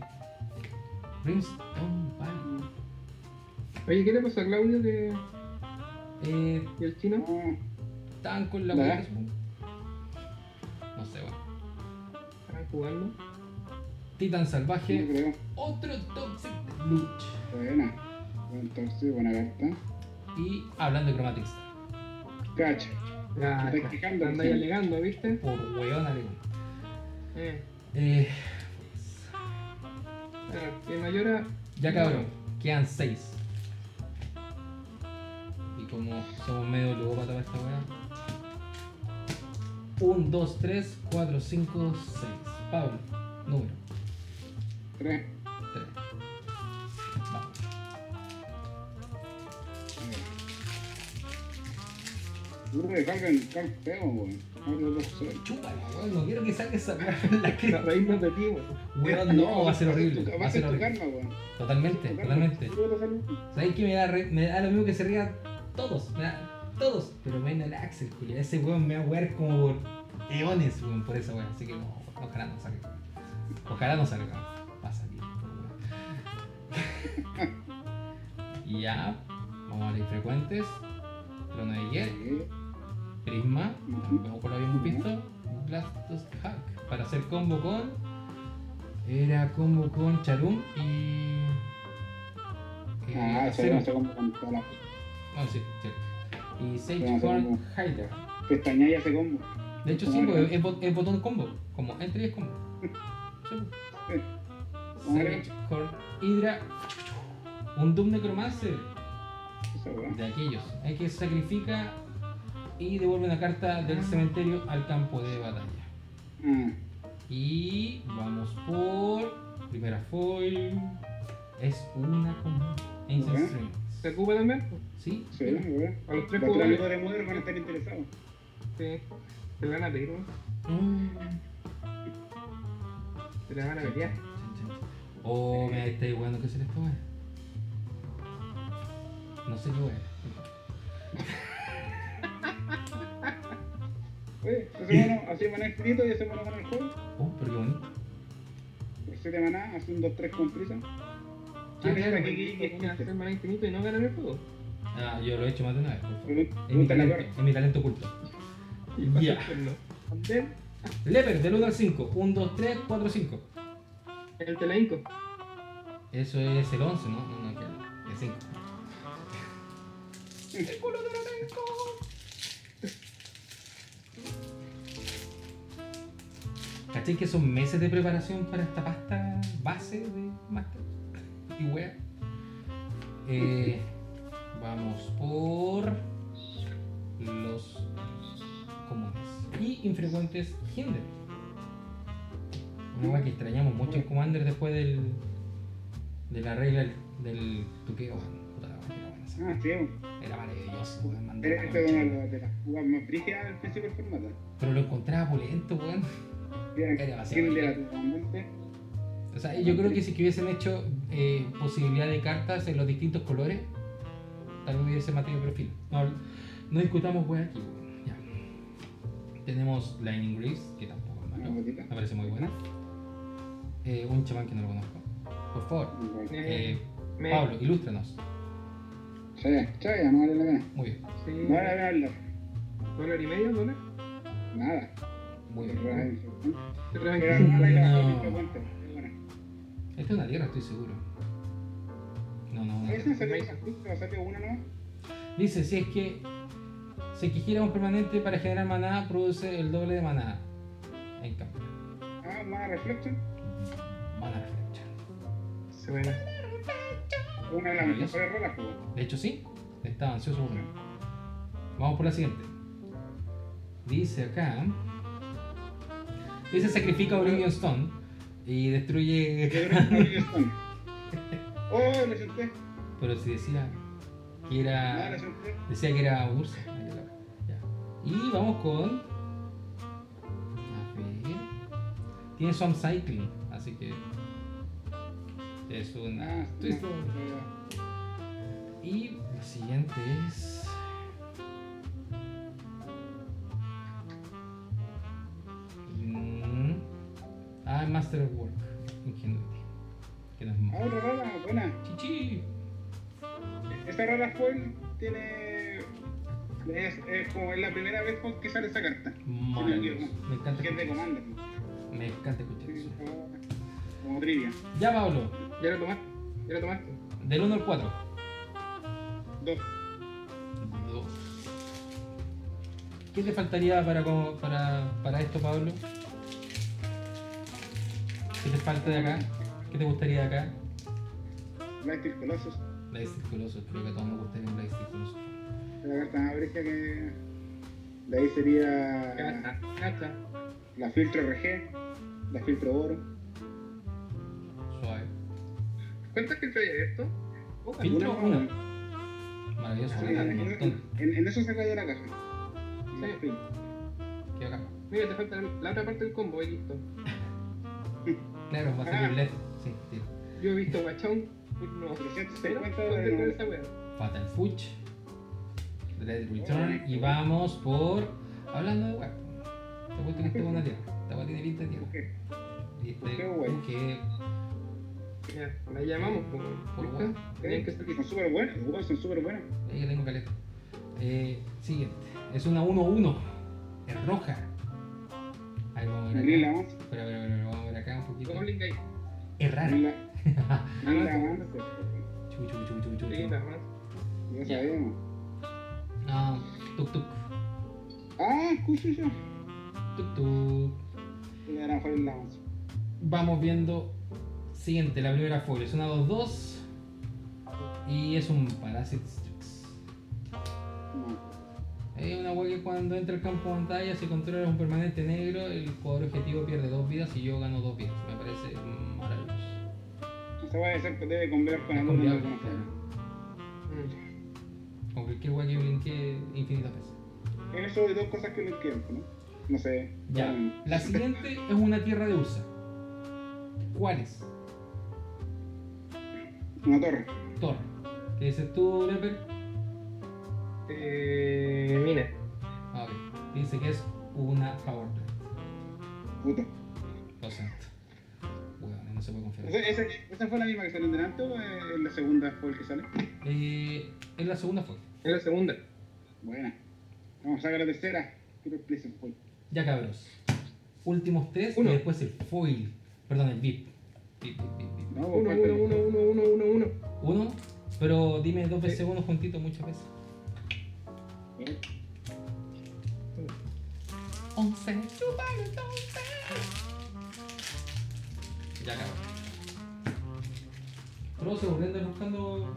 Brimstone Valley. Ah, Oye, ¿qué le pasó a Claudio que... Eh, y el chino? Ah, Estaban con la ¿La weá verdad? que supongo. No sé, weón. Estaban jugando. Titan sí, Salvaje, creo. otro Toxic Luch. Buena. Buen torso, buena carta. Y hablando de Chromatics, Cacha. Ah, Te estás quejando, anda sí. ahí alegando, ¿viste? por weón alemán. Eh, Eh, claro, que mayora... ya cabrón, quedan 6. Y como somos medio ludópata para esta weá. 1, 2, 3, 4, 5, 6. Pablo, número Tres. 3. Vamos. Duro de carga en carga feo, weón. Ahora lo sé. Chúpala, weón, no quiero que saques esa weá. La que... Para reírnos de ti, weón. Weón, no, va a ser horrible. Va Va a ser tu horrible. karma, weón. Totalmente, Tu karma. totalmente. Seguro va a ser- ¿Sabes qué? Me da, re- me da lo mismo que se rían todos, me da todos, pero menos el Axel, Julio. Ese weón me va a wear como por eones, weón, por esa weón. Así que no, ojalá no salga. Ojalá no salga. Va a salir, por weón. ya, amores infrecuentes, Trono de Hierro, Eh, Prisma, Ujú. tampoco lo habíamos visto, Blastos Hack, para hacer combo con. Era combo con Charum y. eh, Ah, eso Acero. no sé cómo con todas las Ah, sí, cierto. Y Pero no Sagehorn tengo. Hyder. pestañas y hace combo. De hecho, sí, Como pues, era. es, bot- es botón combo. Como entre y es combo. Sí, pues. Como era. Sagehorn Hydra. Un Doom Necromancer Esa weá. de aquellos. Es que sacrifica y devuelve una carta del cementerio al campo de batalla. Ah, Y vamos por. Primera foil. Es una común. Ancient Ujú. Strings. ¿Se ocupa también? pues. ¿Sí? sí, weá. A los tres Los jugadores. amigos de Modern van a estar interesados. Sí. Se la van a pedir, weón. Mm. Se la van a pelear. Oh, me está jugando que se les tome. No sé qué hueá. Oye, entonces bueno, así maná escrito y ese maná gana el juego. Oh, pero qué bonito. Por 7 maná, hace un 2-3 con prisa. ¿Quién Claro, está porque aquí? es que hacer maná infinito y no ganar el juego. Ah, yo lo he hecho más de una vez, por favor. Es mi Pregunta la talento, peor. es mi talento oculto. Y pasa Ya. el turno. También, Leper, del 1 al 5. 1, 2, 3, 4, 5. El Telenco. Eso es el 11, ¿no? No, no, que- el 5. ¡El culo de Lorenzo! ¿Cachai que son meses de preparación para esta pasta base de Master? Y wea. Eh, vamos por los comunes y infrecuentes Hinder. Una wea que extrañamos mucho en Commander después del, de la regla del, del tuqueo. weón. Puta la weá, que era buena esa. Ah, sí, Era weón. maravilloso, weón. mandar la Esta es concha, una este weón. de las jugadas más brígidas del principio del formato. Pero lo encontraba polento, weón. Era Era demasiado Kindle brígido. Ah, totalmente. O sea, yo creo que si que hubiesen hecho eh, posibilidad de cartas en los distintos colores, tal vez hubiese mantenido perfil. No, no discutamos, weón, aquí, weón. Ya. Tenemos Lightning Greaves, que tampoco es Una malo. botita. Me parece muy buena. Eh, un chamán que no lo conozco. Por favor, Igual. eh, Me- Pablo, ilústranos. Chaya, chaya, no vale la pena. Muy bien, Sí. No vale la pena hablar. ¿Dólar y medio? ¿Dólar? Nada. muy Pero bien. es importante. ¿Te Pero armarla y la No. la- la cuenta. Es buena. Esta es una tierra, estoy seguro. No, no, una Esa tierra. salió una justa, salió una nomás. Dice, si es que si es que gira un permanente para generar maná, produce el doble de maná. En cambio, Ah, una reflexión. maná reflection. Se buena. Una de las Maravilloso. mejores rolas, pues. weón. De hecho, sí, estaba ansioso por uno. Vamos por la siguiente. Dice acá. Dice sacrifica Oblivion Stone y Yo destruye. creo que es una Livingstone. Oh, la senté. Pero si decía que Ah, era. la senté. Decía que era un urso. Ahí la- ya. Y vamos con. A ver. Tiene Swamp Cycling, así que. Es una. Ah, sí, twist. no. Y la siguiente es. Mm. Ah, Masterwork. Ingenuity. Que no es Ah, malo. otra rola, buena. Chichi. Esa rola foil tiene. Es, es como es la primera vez foil que sale esa carta. Maravilloso. Me encanta Que es de escuchar Commander. eso. Me encanta escuchar eso. Como trivia. Ya, Pablo. ¿Ya lo tomaste? ¿Ya lo tomaste? Del 1 al 4. Dos. Dos. ¿Qué te faltaría para, como- para, para esto, Pablo? ¿Qué te falta de acá? ¿Qué te gustaría de acá? Lightning Colossus. Blaze Colossus, creo que a todos nos gustaría un Blaze Colossus. La carta más brígida que. De ahí sería. Gasta, gasta. La filtro RG. La filtro oro. Suave. ¿Cuántas que hay abierto? Pocas. Filtro Alguna- uno. Maravilloso, Sí, me encanta en, un montón. en- en eso se cayó la caja. Ah, Sí. Sí. Qué bacán. Mira, te falta la, la otra parte del combo, ahí listo. Claro, va a Ah. salir LED. Sí, sí. Yo he visto guachón. No, 350 ¿Dónde está dólares. esa wea? Fatal Fuch. LED Return. Y vamos por. Hablando de web. Te cuento que esta es una tierra. Esta wea tiene pinta de tierra. ¿Qué? Y este, Qué guay. que Ya, la llamamos, pues. Por ¿Listo? guay. Tenían que ser Son súper buenas, weón, son súper buenas. Ahí que tengo caleta. Eh, siguiente. Es una 1-1. Es roja. Ahí vamos a ver Lila acá. Avance, Espera, espera, espera, vamos a ver acá un poquito. Goblin Gate. Es rara. Lila Lila Avance. Chu, chu, chu, chu, chu, Sí, chu. la más. Ya Ya. sabemos. Ah, tuk tuk. Ah, escucho yo. Tuk tuk. Le dará fuera el avance. Vamos viendo. Siguiente, la primera foil. Es una 2-2. Y es un Parasite Strix. No. Es una wea que cuando entra al campo de batalla, si controlas un permanente negro, el jugador objetivo pierde dos vidas y yo gano dos vidas. Me parece maravilloso. Esa weá debe ser que debe combinar con Es alguna confiable, de las claro. demás. Mm. Con cualquier wea que brinque infinitas veces. Eso de dos cosas que le quedan, pues, ¿no? No sé. Ya. Mm. La siguiente es una tierra de Ursa. ¿Cuál es? Una torre. Torre. ¿Qué dices tú, Leper? Eh, mina. Ah, ok. Dice que es una power plant. Puta. Lo siento. Weón, no se puede confiar. ¿Esa, esa, esa fue la misma que salió delante o es la segunda fue el que sale? Eh, es la segunda fue. Es la segunda. Buena. Vamos a sacar la tercera. Quiero explicar fue. Ya cabros. Últimos tres Uno. y después el foil. Perdón, el VIP. VIP, VIP, VIP, VIP. No, pues, Uno, falta uno, el- uno, uno, uno, uno, uno. Uno, pero dime dos Sí. veces uno juntito muchas veces. ¿Eh? Once. chúpalo, once. Ya cabros. Pero se volviendo buscando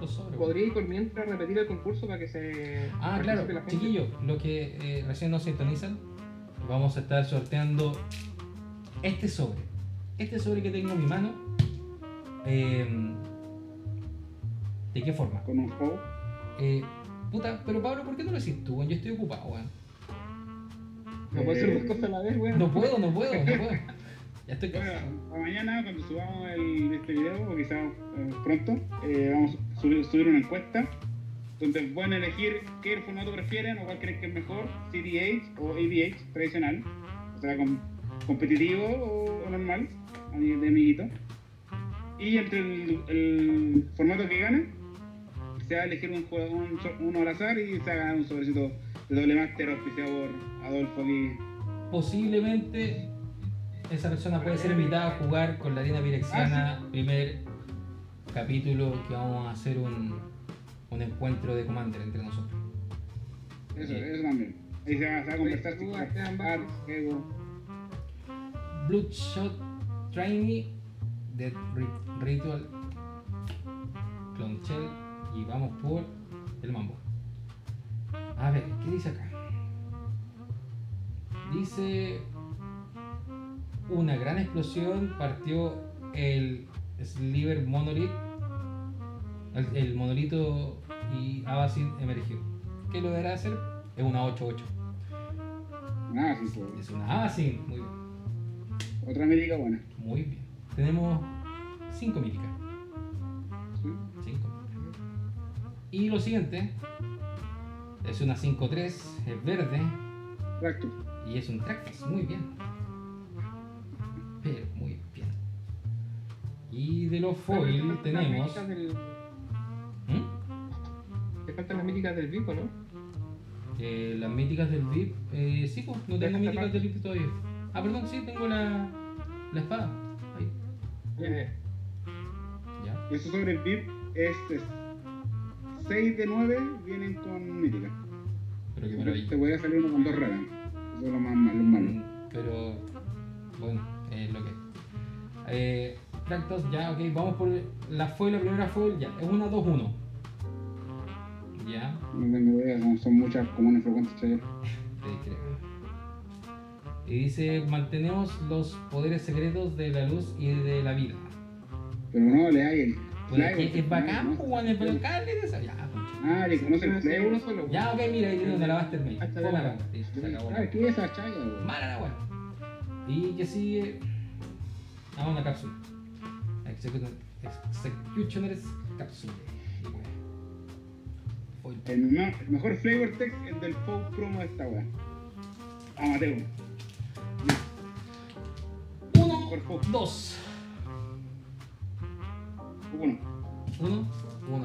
los sobres. weón. ¿Podría ir por mientras repetir el concurso para que se. Ah, participe claro, la gente? chiquillos, los que eh, recién nos sintonizan, vamos a estar sorteando este sobre. Este sobre que tengo en mi mano. eh, ¿De qué forma? Con un juego. Eh, puta, pero Pablo, ¿por qué no lo hiciste tú? weón? Yo estoy ocupado, weón. No puedo hacer dos cosas a la vez, weón. Eh, No puedo, no puedo, no puedo. Ya estoy cansado. Bueno, para mañana cuando subamos el, este video, o quizás eh, pronto, eh, vamos a subir, subir una encuesta donde pueden elegir qué formato prefieren o cuál creen que es mejor, CDH o ADH tradicional, o sea, com- competitivo o, o normal, a nivel de amiguito. Y entre el, el formato que gana, se va a elegir un, juego- un so- uno al azar y se va a ganar un sobrecito de doble máster auspiciado por Adolfo aquí. Posiblemente esa persona puede ser invitada a jugar con la arena pirexiana. Primer capítulo que vamos a hacer un, un encuentro de commander entre nosotros. Eso, eso también. Ahí se va, se va a conversar Oye, sin tú, Esteban Ah, Vázquez. Diego. Bloodshot Trainee de Ri- Ritual Clonchel y vamos por el mambo. A ver, ¿qué dice acá? Dice una gran explosión partió el Sliver Monolith, el, el monolito y Abacid emergió. ¿Qué lo deberá hacer? Es una 8-8. Nada, sí, pues. Es una Abacid, muy bien. Otra médica buena. Muy bien. Tenemos 5 míticas. Sí. 5. Y lo siguiente es una 5-3, es verde Tractus. y es un Tractus. Muy bien. Pero muy bien. Y de los foil Te faltan las tenemos. míticas del- ¿Mm? Te faltan las míticas del Vico, ¿no? Eh, las míticas del VIP. Eh, sí, pues, no Deja esta tengo míticas parte. del VIP todavía. Ah, perdón, sí, tengo la, la espada. Ahí. Ya, ya. Ya. Eso sobre el VIP es 6 de 9 vienen con mítica. Pero qué maravilla. Te voy a salir uno con dos raras. Eso es lo más malo. Lo malo. Pero bueno, es lo que. Eh, Fractos, ya, ok, vamos por la foil, la primera foil, ya, es una 2-1. Ya, No tengo idea, son, son muchas comunes frecuentes, chaval. te creo. Y dice, mantenemos los poderes secretos de la luz y de la vida. Pero no, le hay el. Bueno, Fly, es, Pues, que es bacán, ¿no? pues, weón, es bacán, leer esa- Ya, concha. Ah, le conoce el Pero si Fly. hay uno solo, weón. ya, ok, mira, ahí tiene una Alabaster Mail. Hasta Fue luego. bacán. Sí, se acabó la- Ah, ¿qué es esa chaya, weón? Mala la weá. Y que sigue. Ah, una cápsula. Executor- Executioner's Capsule. Y weá. Foil. El, me- el mejor flavor text es del Faux promo de esta weá. Ah, Amateo. Uno, Por poco. dos. Uno. Uno, uno. uno.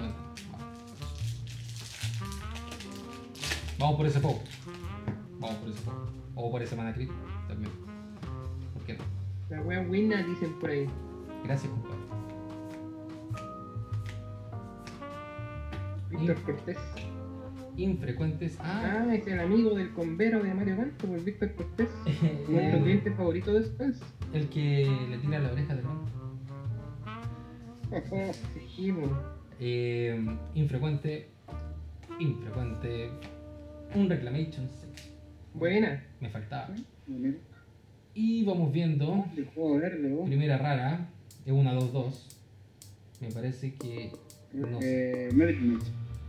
Vamos por ese juego. Vamos por ese juego. O por ese Manacrit también. ¿Por qué no? La wea buena dicen por ahí. Gracias, compadre. Víctor Mm. Cortés. Infrecuentes. Ah, Ah, es el amigo del convero de Mario Bart, por Víctor Cortés. Eh, Uno de los el, clientes favoritos de Spence. el que le tira la oreja del banco. Sí, mo. Eh, infrecuente. Infrecuente. Un reclamation sex. Buena. Me faltaba. Vale. Y vamos viendo. De juego verde, vos. Primera rara. Es una 2-2. Me parece que. No sé. Eh, Medlin Mage.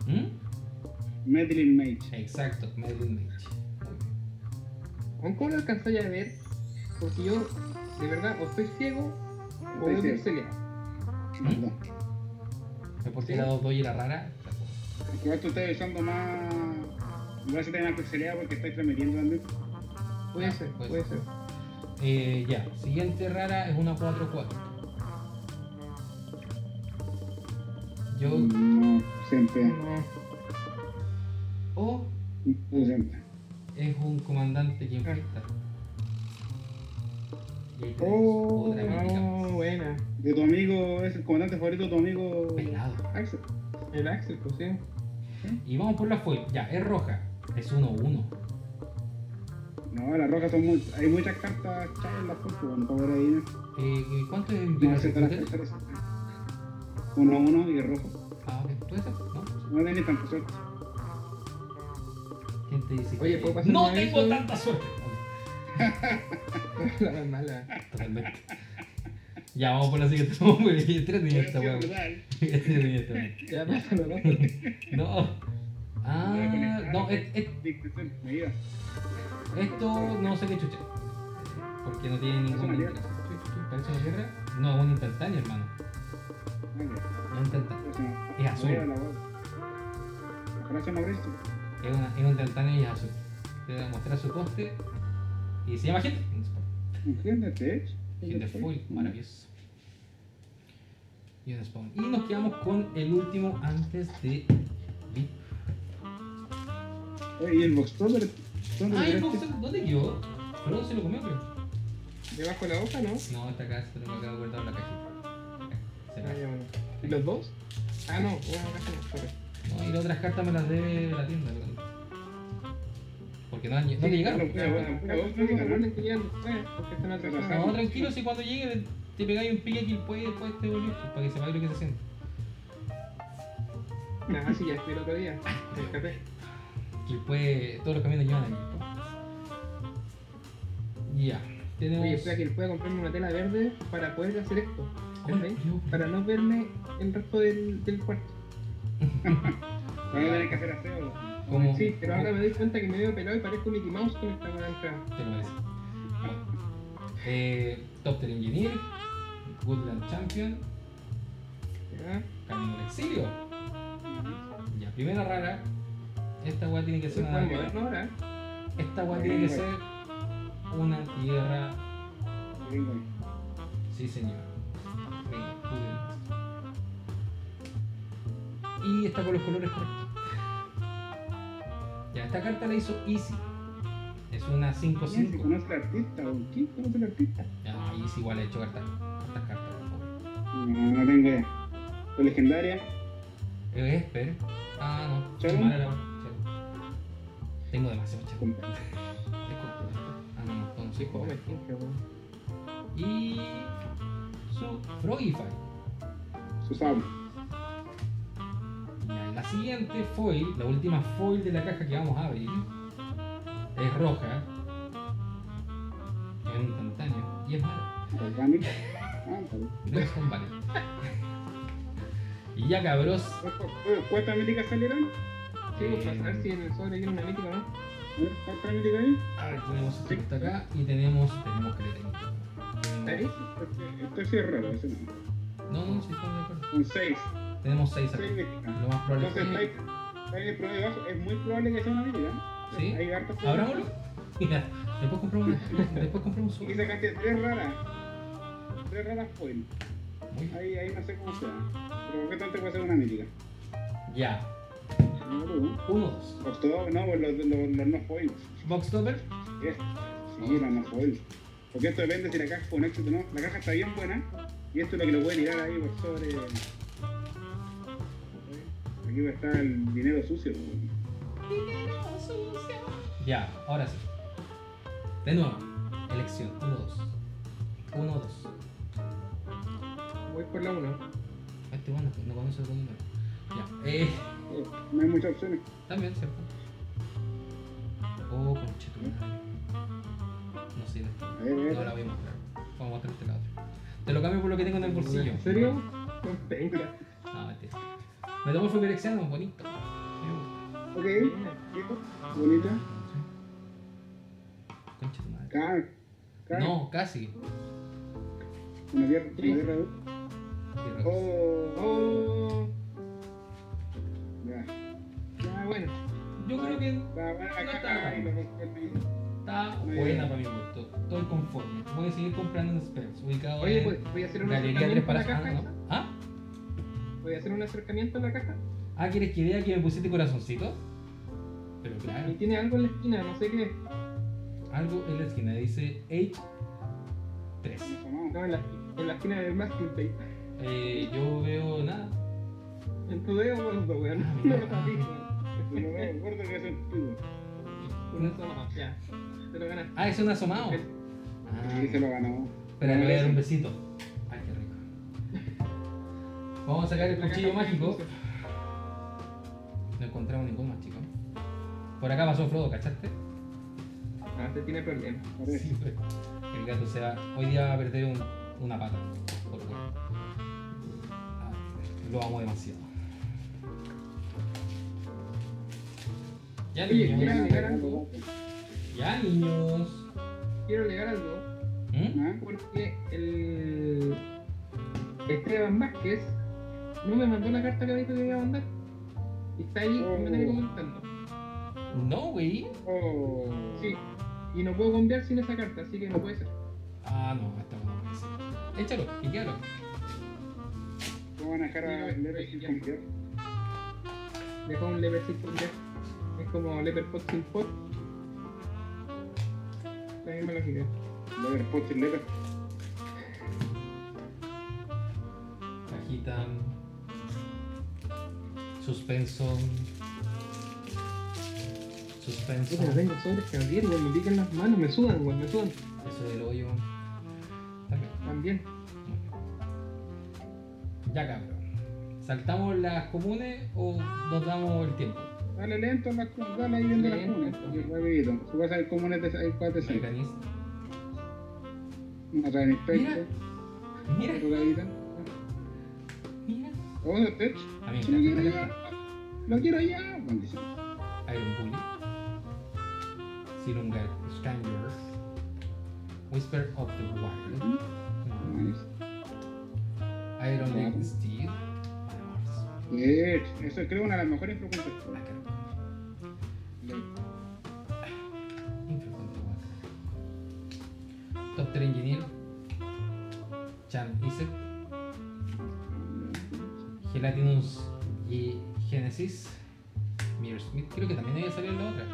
¿Mm? Medlin Mage. Exacto, Madeline Mage. Juan, ¿Cómo lo alcanzáis a ver? Porque yo, de verdad, o estoy ciego o Estoy veo ciego. pixeleado. Perdón. ¿Pero por qué Sí. la 2-2 y era rara? Porque vos tú estás usando más. Lo vas a tener más pixelado porque estás transmitiendo también. Puede ser, Puede puede ser. ser. Eh, ya, siguiente rara es una 4-4. Yo. Mm. No, siempre. No. O No, siempre. es un comandante que infecta. Y ahí tenemos Oh, otra mítica no, más. buena. De tu amigo, es el comandante favorito de tu amigo. Pelado. Axel. El Axel, pues sí. Y vamos por la foil. Ya, es roja. Es 1-1. No, las rojas son muy. Hay muchas cartas chavas en la foto, con poder ahí. Eh, ¿Cuánto es el No se las Twitter? cartas. Uno a uno y rojo. Ah, ok. ¿Puede ser? ¿No? No tenés tanta suerte. ¿Quién te dice? Oye, que- ¿puedo pasar ¡No un tengo aviso? tanta suerte! La más mala. Totalmente. Ya, vamos por la siguiente. Vamos por la siguiente. Tres niños esta Hubiera weón. sido brutal. Tres niños esta weón. Ya pásalo, pásalo. No. Ah, no, et- et- Dictación, me iba. esto no sé qué chucha. Porque no tiene ¿Es una ningún guerra? interés. ¿Parece una guerra? No, es un instantáneo, hermano. Vale, Es un instantáneo. pues, no. Es azul. Ahora la voz. Ojalá sea una Bristol. Es, una, es un instantáneo y es azul. Te voy a mostrar su coste. Y se llama Hit. Entiéndete, ¿eh? Hit the Foil. Maravilloso. Y un spawn. Y nos quedamos con el último antes de Leap. Oye, ¿Y el box Tower? ¿Dónde Ah, el lo tiraste? boxer, ¿dónde quedó? Pero se lo comió, creo. Debajo de la hoja, ¿no? No, está acá, se lo acabo guardado en la cajita. Acá, Se Ah, me ya, bueno. ¿Y los dos? Ah, no, una caja no, sorry. No, y las otras cartas me las debe la tienda, perdón. Porque no, han lle- no te Sí, llegaron. bueno, bueno, Ah, bueno, bueno, Claro. recuerden que llegan después, porque están Ah, atrasados. No, tranquilo, si cuando llegue te pegáis un pique aquí después, después te volvés, pues, para que sepáis lo que se siente. Nada, sí, ya estoy el otro día. Me escapé. Que después todos los caminos llevan aquí. Ya, tenemos. Oye, espera que pueda comprarme una tela verde para poder hacer esto. Ay, ¿cachai? Dios. Para no verme el resto del, del cuarto. Ahora tenés que hacer aseo. ¿Cómo? Sí, pero ahora cómo me doy cuenta que me veo pelado y parezco Mickey Mouse con esta naranja. Te lo voy a decir. Bueno. Eh, Doctor Engineer, Woodland Champion, ¿Ya? Camino al Exilio. Ya, primera rara. Esta weá tiene que Eso ser es tan una. moderno ahora. Esta pues weá tiene que ser una tierra. Venga. Sí, señor. Venga, tú dime. Y está con los colores correctos. Ya, esta carta la hizo Easy. Es una ¿Quién se 5-5. conoce el artista? o ¿Quién conoce el artista? Ya, Easy igual ha hecho cartas. Estas cartas, por favor. No, no tengo idea. ¿La legendaria? Eh, Esper. Ah, no. Chavo. Qué mala la- Chavo. Tengo demasiado chavo. Con- Ah, no, no, no soy Sí, como joven. me tinca, weón. Y su Frogify. Susano. Ya, La siguiente foil, la última foil de la caja que vamos a abrir, es roja. Es instantáneo y es malo. Orgánico. Ah, está bien. No es un vale. Y ya cabros, ¿Cu- ¿Cuántas míticas salieron? Sí, pues, Eh, para saber si en el sobre viene una mítica o no. A ver, ¿Cuántas míticas hay? a ver, tenemos esto que está acá y tenemos, tenemos que le tengo. ¿Está ahí? Este- Este sí es raro, ese no. No, no, sí, estamos de acuerdo. Son seis. Tenemos seis acá. Seis míticas. Lo más probable es Entonces, está ahí- que. está ahí el promedio bajo. es muy probable que sea una mítica. ¿eh? Sí. Hay hartas. Abrámoslo. Mira, después compramos, después compramos Y un sacaste tres raras. Tres raras foil. Muy bien. Ahí, ahí no sé cómo sea. Pero ¿qué tal te puede ser una mítica? Ya. No, tú. Uno, dos. Costó, no, pues los, los, los no foils. Box Topper. Es- Sí, los no foils. Porque esto depende si la caja fue un éxito o no. La caja está bien buena. Y esto es lo que lo puede tirar ahí por sobre. eh, Aquí va a estar el dinero sucio. pues. Ya, ahora sí. De nuevo. Elección. Uno, dos. Uno, dos. Voy por la 1. Este bueno no conoce el número. Ya. Eh, No hay muchas opciones. también, ¿cierto? Oh, conchetumare. No sirve. A ver, a ver. No la voy a mostrar. Vamos a mostrarte la otra. Te lo cambio por lo que tengo en el bolsillo. ¿En serio? No, venga. Ah, mentira. Me tomo el Fupirexiano, bonito. Me gusta. Ok, bonita. Concha tu madre. Car. Car. No, casi. Una guerra, una guerra. de- Oh, Oh, ya. ah, bueno. Yo creo que Está buena la No está caja y mal. los botones. está Muy buena bien. para mi gusto. Estoy conforme. Voy a seguir comprando en Spurs, ubicado Oye, en pues, voy a hacer un Galería 3 acercamiento a para la caja. Ah, esa. ¿no? ¿Ah? Voy a hacer un acercamiento a la caja. ah, ¿quieres que vea que me pusiste corazoncito? Pero Y claro, tiene algo en la esquina, no sé qué. es. algo en la esquina dice 8-3. Nos amamos. No, en la, en la esquina del masking tape. Eh, yo veo nada. En tu dedo gordo, weón. No lo sabí. Pero no, recuerda que es el pico. Uno solo más, ya. Te lo ganas. Ah, es un asomado. Ah, Ah, Sí, se lo ganó. Espera, le voy a dar un besito. Ay, qué rico. Vamos a sacar el cuchillo mágico. No encontramos ningún más, chicos. Por acá pasó Frodo, ¿cachaste? Ah, este tiene problemas. Parece. El gato se va. Hoy día va a perder un- una pata. Por lo cual. Ah, Lo amo demasiado. Ya, Oye, niños. mira. Bueno, llegar bueno, Ya, niños. Quiero alegar algo ¿Mm? bueno. porque el Esteban Vázquez no me mandó la carta que me dijo que me iba a mandar. Y está ahí Oh. me está ahí comentando. No, güey. Oh. Sí. Y no puedo bombear sin esa carta, así que no puede ser. Ah, no, esta no puede ser. Échalo, piquealo. ¿Cómo van a dejar a Lepe sin confiar? Dejó un leper sin bombear. Es como leper pot sin pot. La misma lógica. Lepe, Spot sin Lepe. Cajita. Suspenso. Suspenso. Puta, tengo sobres que abrir, weón, me pican las manos, me sudan, weón, me sudan. Eso del hoyo. También. También. Ya cabrón. ¿Saltamos las comunes o nos damos el tiempo? Dale lento a las comunas, dale ahí viendo las Lento. comunas. Y rapidito. Su casa hay comunes de hay cuatro de seis. Mecanismo. Una trae en inspector, Mira, otra gavita. mira. Oh, de tech. A mí Lo me quiero encanta. ya. Lo quiero ya. Maldición. Iron Bully. Silungar Stranger. Whisper of the Wild. Ah, Nice. Iron Ya. Leg Steel. Mars. Bien, Eso es creo una de las mejores propuestas. La cara. Infrecuente guaca. Top 3 Engineer. Chan Iset. Gelatinous y Genesis. Mirror Smith. Creo que también había salido en la otra.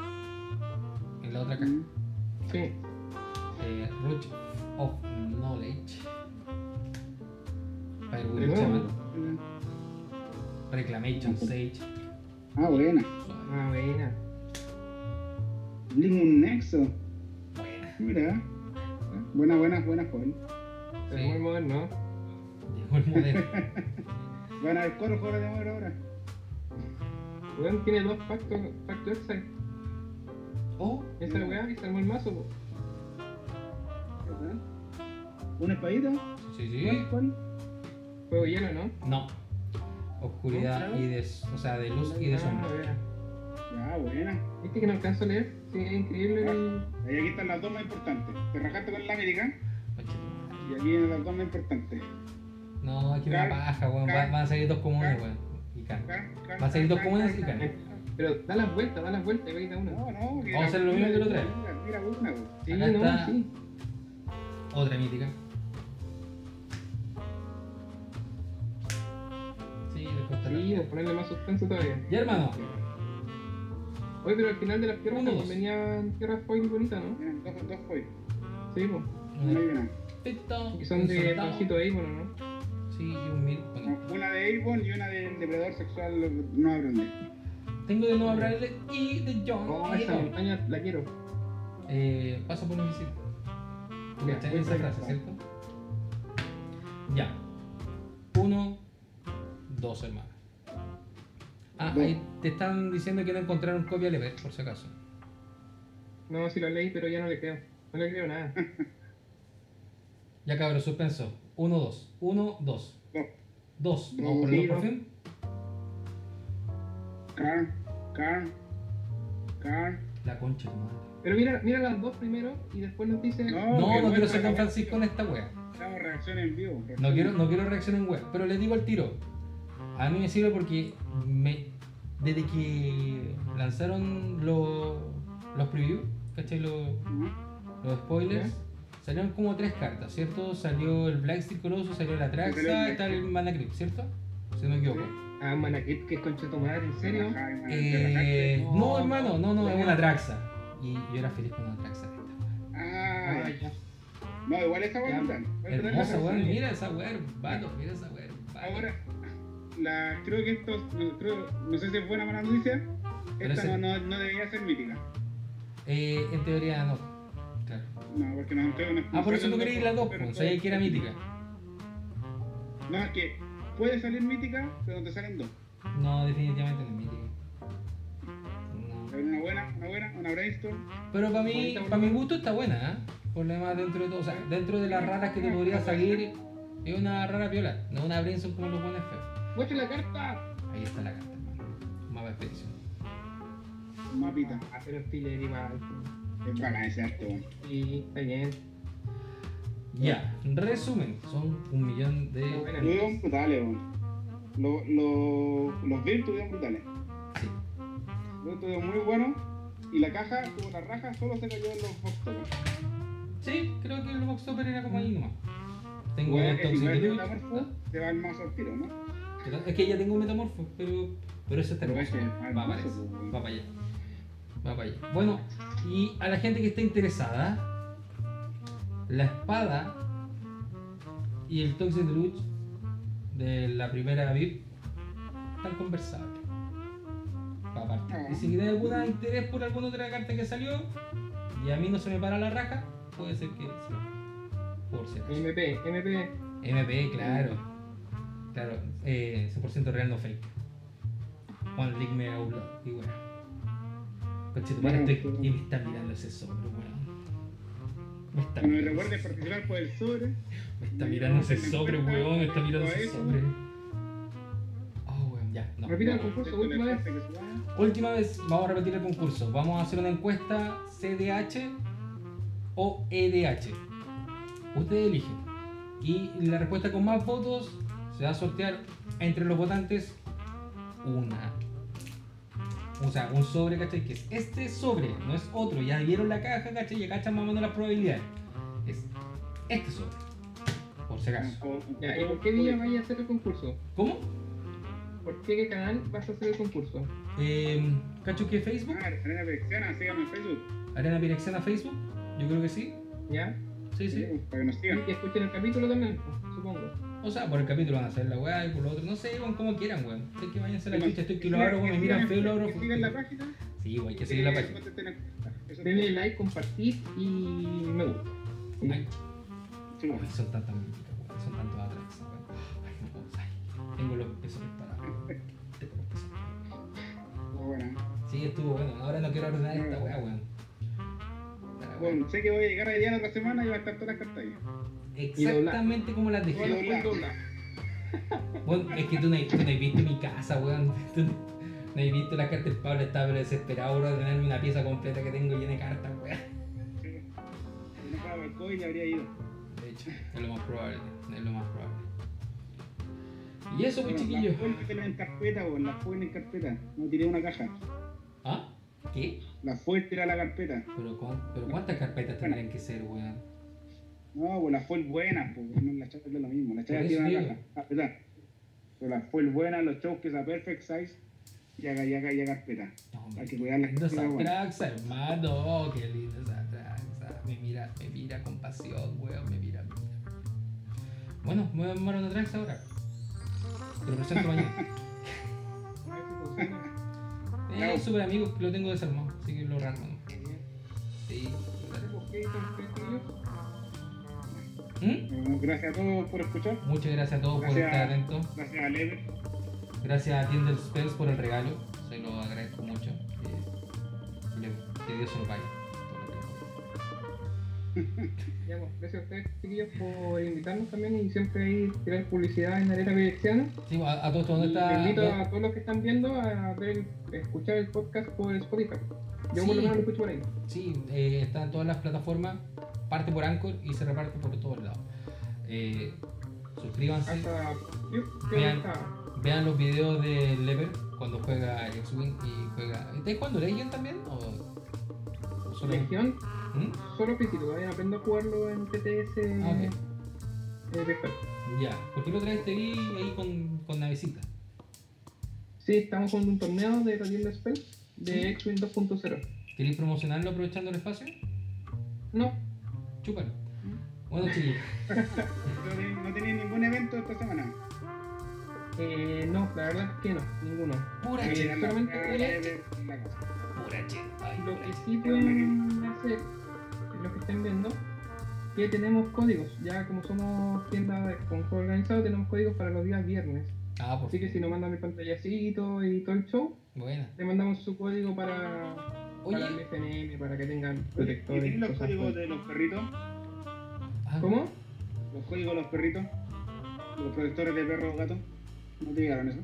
En la otra caja. Sí. Mm. Eh, Root of Knowledge. De Firewood nuevo. Shaman. Reclamation Sage. Ah, buena. Suave. Ah, buena. Blink un nexo. Buena. Mira. Buena, buena, buena, joven. Es muy Sí. moderno. Llegó el modelo. Van a ver cuatro jugadores de amor ahora. Weón tiene dos pactos, pacto exile. Oh, Esa weá y se armó el mazo, po. ¿Una espadita? sí, ¿Cuál? sí. ¿Cuál? Fuego y hielo, ¿no? No. Oscuridad ¿No? y de. O sea, de luz y de Ah, sombra. vea. Ya, buena. Viste que no alcanzo a leer. Sí, es increíble el. Ahí aquí están las dos más importantes. Te rajaste con la América Conchetumare. y aquí vienen las dos más importantes. No, aquí una Car- paja, weón. Va- car- Van a salir dos comunes, car- weón. Y can. Acá, acá, Va a salir dos acá, comunes acá, y acá. ganas. Pero da las vueltas, da las vueltas y veis a uno. No, no, que Vamos a hacer lo mismo que la otra vez. Mira, mira, una, pues. güey. Sí, Acá no, está. sí. Otra mítica. Cortala. Sí, pues, ponerle más suspenso todavía. Ya, hermano. Oye, pero al final de las tierras Uno, también dos. venían tierras foil bonitas, ¿no? Eran dos, dos joyas. Sí, pues. Una Una y una. pito, Y un son de soldado, bajito ahí, bueno, ¿no? Sí, y un mil. bueno. No, Una de Airborne y una del depredador sexual no aprende. Tengo de Nova Bradley y de John. Oh, esa Lennon. montaña la quiero. Eh, paso por un misil. Tú Ya, cachai voy esa para frase, acá. ¿cierto? Ya. Uno, dos, hermano. Ah, Dos. ahí te están diciendo que no encontraron copia de por si acaso. No, sí la leí, pero ya no le creo. No le creo nada. Ya cabrón, suspenso. Uno, dos. Uno, dos. Dos. Dos. Vamos por Sí, el dos por dos. fin. Carn, carn, carn. La concha de tu madre. Pero mira, mira las dos primero y después nos dice. Ah, No, que no bueno, quiero ser tan estamos- Francisco en esta wea. Estamos reacción en vivo. No quiero, no quiero reacción en web, pero les digo al tiro. A mí me sirve porque me, desde que lanzaron los los previews, ¿cachai? Los, Ujú. los spoilers, salieron como tres cartas, ¿cierto? Salió el Black Steel Colossus, salió la Traxa y tal el Mana Crypt, ¿cierto? Si no me equivoco. Ah, Manakit, que es concha tu madre, ¿en serio? Ajá, hermano, te rajaste. Eh, No. no, hermano, no, no, Ya. es una Traxa. Y yo era feliz con una Traxa. de esta. Ah, Ah, ya. no, igual esa Ya. weá brutal. Voy a poner la Hermosa, razón. weón, mira esa weón, vato, mira esa weón. vato. Ahora, la, creo que esto, no, creo- no sé si es buena o mala noticia. Pero Esta ese- no, no, no debería ser mítica. Eh, en teoría no. Claro. No, porque nos entregan una. Ah, por eso tú querías las dos, pues, sabías que era mítica. No, es que puede salir mítica, pero te salen dos. No, definitivamente no es mítica. No. Pero una buena, una buena, una brainstorm. Pero para mí, Bonita, para mi gusto está buena, ¿eh? Por lo demás, dentro de todo, o sea, dentro de las raras que te podría salir, es una rara viola, no una Brinson como los buenos feos. ¡Muestra la carta! Ahí está la carta, hermano. Mapa de expedición. Mapita. Ah, pero es pile de animal. Es bacán ese arte, weón. Sí, está bien. Ya, resumen, son un millón Está de. buena. Estuvieron brutales, weón. Lo, lo, los builds estuvieron brutales. Sí. Los builds estuvieron muy buenos. Y la caja, tuvo la raja, solo se cayó en los box toppers. Sí, creo que el box topper era como ahí nomás. Tengo Weón, un que si toxic no es Dude, metamorfo, se va el mazo al tiro, ¿no? ¿verdad? Ah, Es que ya tengo un metamorfo, pero, pero eso está Pero hermoso. ese es Va hermoso, para eso, pues. va para allá. Va para allá. Bueno, y a la gente que está interesada, la espada y el Toxic Deluxe de la primera VIP están conversables. Pa' partir. Ah. Y si tienen algún interés por alguna otra carta que salió y a mí no se me para la raja, puede ser que sí. Por ser. MP, MP. MP, claro. Claro, eh, 100% real, no fake. One League me aula y weón. Conche tu madre, Bueno, estoy- pero- y me está mirando ese sobre, weón. Me está, Que nos mirando, recuerden participar por el sobre. me está mirando ese sobre, weón. Me está mirando Todo ese eso. sobre. Oh, weón, ya, no. Repita el no. concurso, Esto le última vez. cuesta que se haga. Última vez, vamos a repetir el concurso. Vamos a hacer una encuesta CDH o E EDH. Ustedes eligen. Y la respuesta con más votos se va a sortear entre los votantes una. O sea, un sobre, ¿cachai? Que es este sobre, no es otro. Ya vieron la caja, ¿cachai? Ya cachan más o menos las probabilidades. Es este sobre. Por si acaso. Ya, ¿y por qué día vaya a hacer el concurso? ¿Cómo? ¿Por qué, qué canal vas a hacer el concurso? Eh, ¿Cacho que Facebook? Ah, Arena Valenciana, síganme en Facebook. ¿Arena Pirexena Facebook? Yo creo que sí. ¿Ya? Sí, sí. Para que nos Y sigan. que escuchen el capítulo también, pues, supongo. O sea, por el capítulo van a hacer la weá y por lo otro, no sé, weón, como quieran, weón. Sé que váyanse a la Además, chucha, estoy que lo abro, weón, me miran sigan- feo, lo abro. que sigan la página. Sí, weón, hay que seguir la eh, página. contesten la encuesta. Eso Denle es like, compartir y me gusta. Ay, todo. Sí, ay, son tantas míticas, weón, son tantos atrás, weón. Ay, no puedo, ay, tengo los pesos parados. Tengo los pesos. bueno. Sí, estuvo bueno, ahora no quiero ordenar esta weá, weón. La weá. Bueno, sé que voy a llegar allá la otra semana y va a estar todas las cartas ahí. Exactamente como las Y dejé. doblar. Weón, es que tú no, tú no has visto mi casa, weón. Tú no no has visto las cartas. El Pablo está pero desesperado por ordenarme una pieza completa que tengo llena de cartas, weón. Sí. Si no fuera por el COVID ya habría ido. De hecho, es lo más probable, es lo más probable. Y eso, pues, Bueno, chiquillos. Las pueden tener en carpeta, weón, las pueden en carpeta. No tiré una caja. ¿Ah? ¿Qué? Las pueden tirar a la carpeta. ¿Pero, cuán- pero cuántas carpetas tendrían que ser, weón? No, pues las fue buenas, pues no, las chacas es lo mismo, las Por chacas eso tiran digo. la caja. Ah, ¿verdad? Pero las fue buenas, los choques a perfect size y a yaga y a carpeta. No, hombre, Hay que cuidar las lindos cosas, bueno. soundtracks, hermano. Oh, qué lindos soundtracks. Me mira, me mira con pasión, weón. Me mira, me mira. Bueno, me voy a armar una tracks ahora. Te lo presento mañana. Bravo. Eh, super amigo, lo tengo desarmado, así que lo rearmo. ¿no? Sí. ¿Mm? Bueno, Gracias a todos por escuchar. Muchas gracias a todos por Gracias. estar atentos. Gracias a Lever. Gracias a Tinder Spells por el regalo, se lo agradezco mucho. Eh, le- que Dios se lo pague. Todo lo que- Ya, pues, gracias a ustedes, chiquillos, por invitarnos también y siempre ahí tirar publicidad en Arena Valenciana. Sí, a, a todos, ¿dónde Y está? te invito a todos los que están viendo a ver, a escuchar el podcast por Spotify. Yo por lo Sí. menos lo escucho por ahí. Sí, eh, está en todas las plataformas, parte por Anchor y se reparte por todos lados. Eh, suscríbanse, Hasta. Yo, yo Vean. hasta- vean los videos de Lever cuando juega X-Wing y juega. ¿Estáis jugando Legend también? ¿O, o solo- Legión, ¿Mm? solo físico, todavía no aprendo a jugarlo en TTS. Ah, ok. eh, virtual. Ya, porque la otra vez te vi ahí con, con Navecita. Sí, estamos con un torneo de Radiant Spell de Sí. X-Wing 2.0. ¿Queréis promocionarlo aprovechando el espacio? No, Chúpalo. Bueno, chiquillos. No tenía- No tenía ningún evento esta semana. eh, no, la verdad es que no, ninguno. Pura Eh, che, Era la- solamente- era la Lever en la casa. pura che. Ay, Lo pura que che. sí pueden hacer, lo que estén viendo, que tenemos códigos. Ya como somos tienda de- con juego organizado, tenemos códigos para los días viernes. Ah, por Así que si nos mandan el pantallacito y todo el show, Buena. le mandamos su código para, para el Oye, FNM, para que tengan ¿Y protectores. tienen los cosas códigos buenas. de los perritos? ah, ¿Cómo? ¿Los códigos de los perritos? ¿Los protectores de perros o gatos? ¿No te llegaron eso?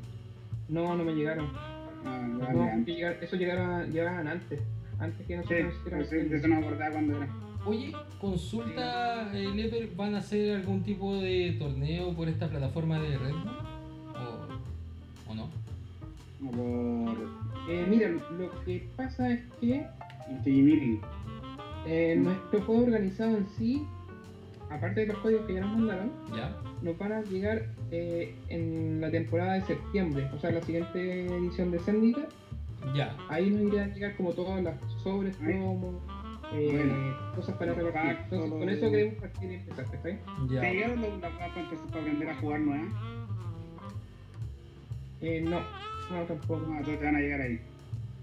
No, no me llegaron. Ah, ya, No, ya. porque llegar- eso llegaron, llegaron antes. Antes que Sí, nosotros pero hiciéramos sí, de el- eso no me acordaba cuando era. Oye, consulta, eh, Leper, ¿van a hacer algún tipo de torneo por esta plataforma de Red Bull? ¿O, o no? Como por Eh, mira, lo que pasa es que Antigimiri. eh, nuestro juego organizado en sí, aparte de los códigos que ya nos mandaron, ¿Ya? nos van a llegar eh, en la temporada de septiembre, o sea, la siguiente edición de Zendika. Ya. Ahí nos irán a llegar como todas las sobres, Ahí. promos, eh, Bueno. cosas para Los repartir. packs, Entonces, todo con lo- eso queremos partir y empezar, ¿cachai? Ya. ¿Te llegaron los- las guapas entonces para aprender a jugar nuevas? Eh, no, no tampoco. No, todos te van a llegar ahí.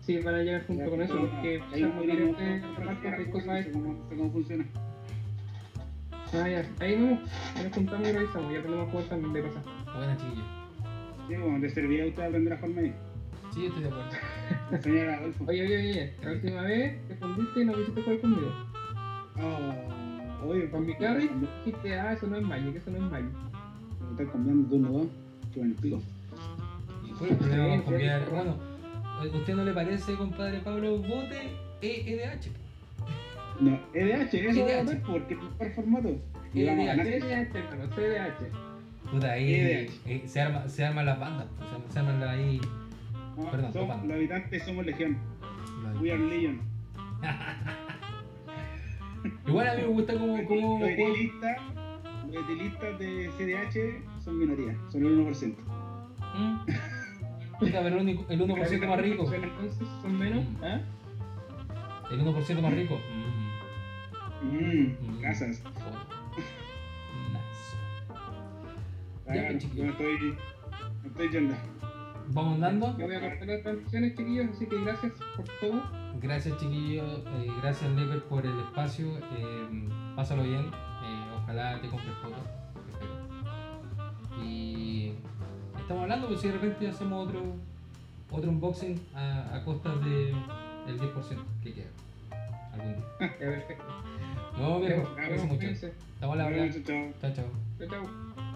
Sí, van a llegar junto con eso, porque Ahí ya no miremos quieren cómo- repartir de cómo- cosas. cómo- cómo funciona. Ah, ya. Ahí vamos, ahí nos juntamos y revisamos, ya aprendemos a jugar también de pasar. Buena, chiquillo. Sí, bueno, le servirá a usted aprender a jugar medio. Sí, estoy de acuerdo. Enseñar a Adolfo. Oye, oye, oye, la última vez te fundiste y no quisiste jugar conmigo. Oh, oye, Con mi carry dijiste, ah, eso no es Magic, eso no es Magic. Ah, Me están cambiando de uno a dos. Chupa el pico. ¿Y cuál es el problema con Sí, sí. copiar? Bueno, ¿a ¿usted no le parece, compadre Pablo, bote E EDH? No, EDH, eso EDH. va a ver porque es el mejor formato. Y vamos a ganar. CDH, hermano, CDH. Puta, ahí EDH. eh, se, arma, se arman las bandas, pues, se, arman- se arman ahí. No, Perdón, somos- papá. los habitantes somos legión. We are legion. Igual a mí me gusta como, como Los edilistas, los edilistas de CDH son minoría, son el 1%. Mm. Puta, pero el, único- el pues, 1% más rico. Entonces son menos, ¿ah? El 1% más rico. Mm. Mmm, casas. Joder. Nice. Ya, Claro, chiquillo. yo no estoy, no estoy yendo. Vamos andando. Yo voy a cortar las transiciones, chiquillos, así que gracias por todo. Gracias, chiquillos. Eh, gracias, Lever, por el espacio. Eh, pásalo bien. Eh, ojalá te compres fotos. Espero. Y estamos hablando, pues si de repente hacemos otro otro unboxing a, a costa de, del 10% que queda. Algún día. Ya, perfecto. No, viejo. Ya, Gracias mucho. cuídense. Estamos a la hora. Chao, chao. Chao, chao. Chao, chao.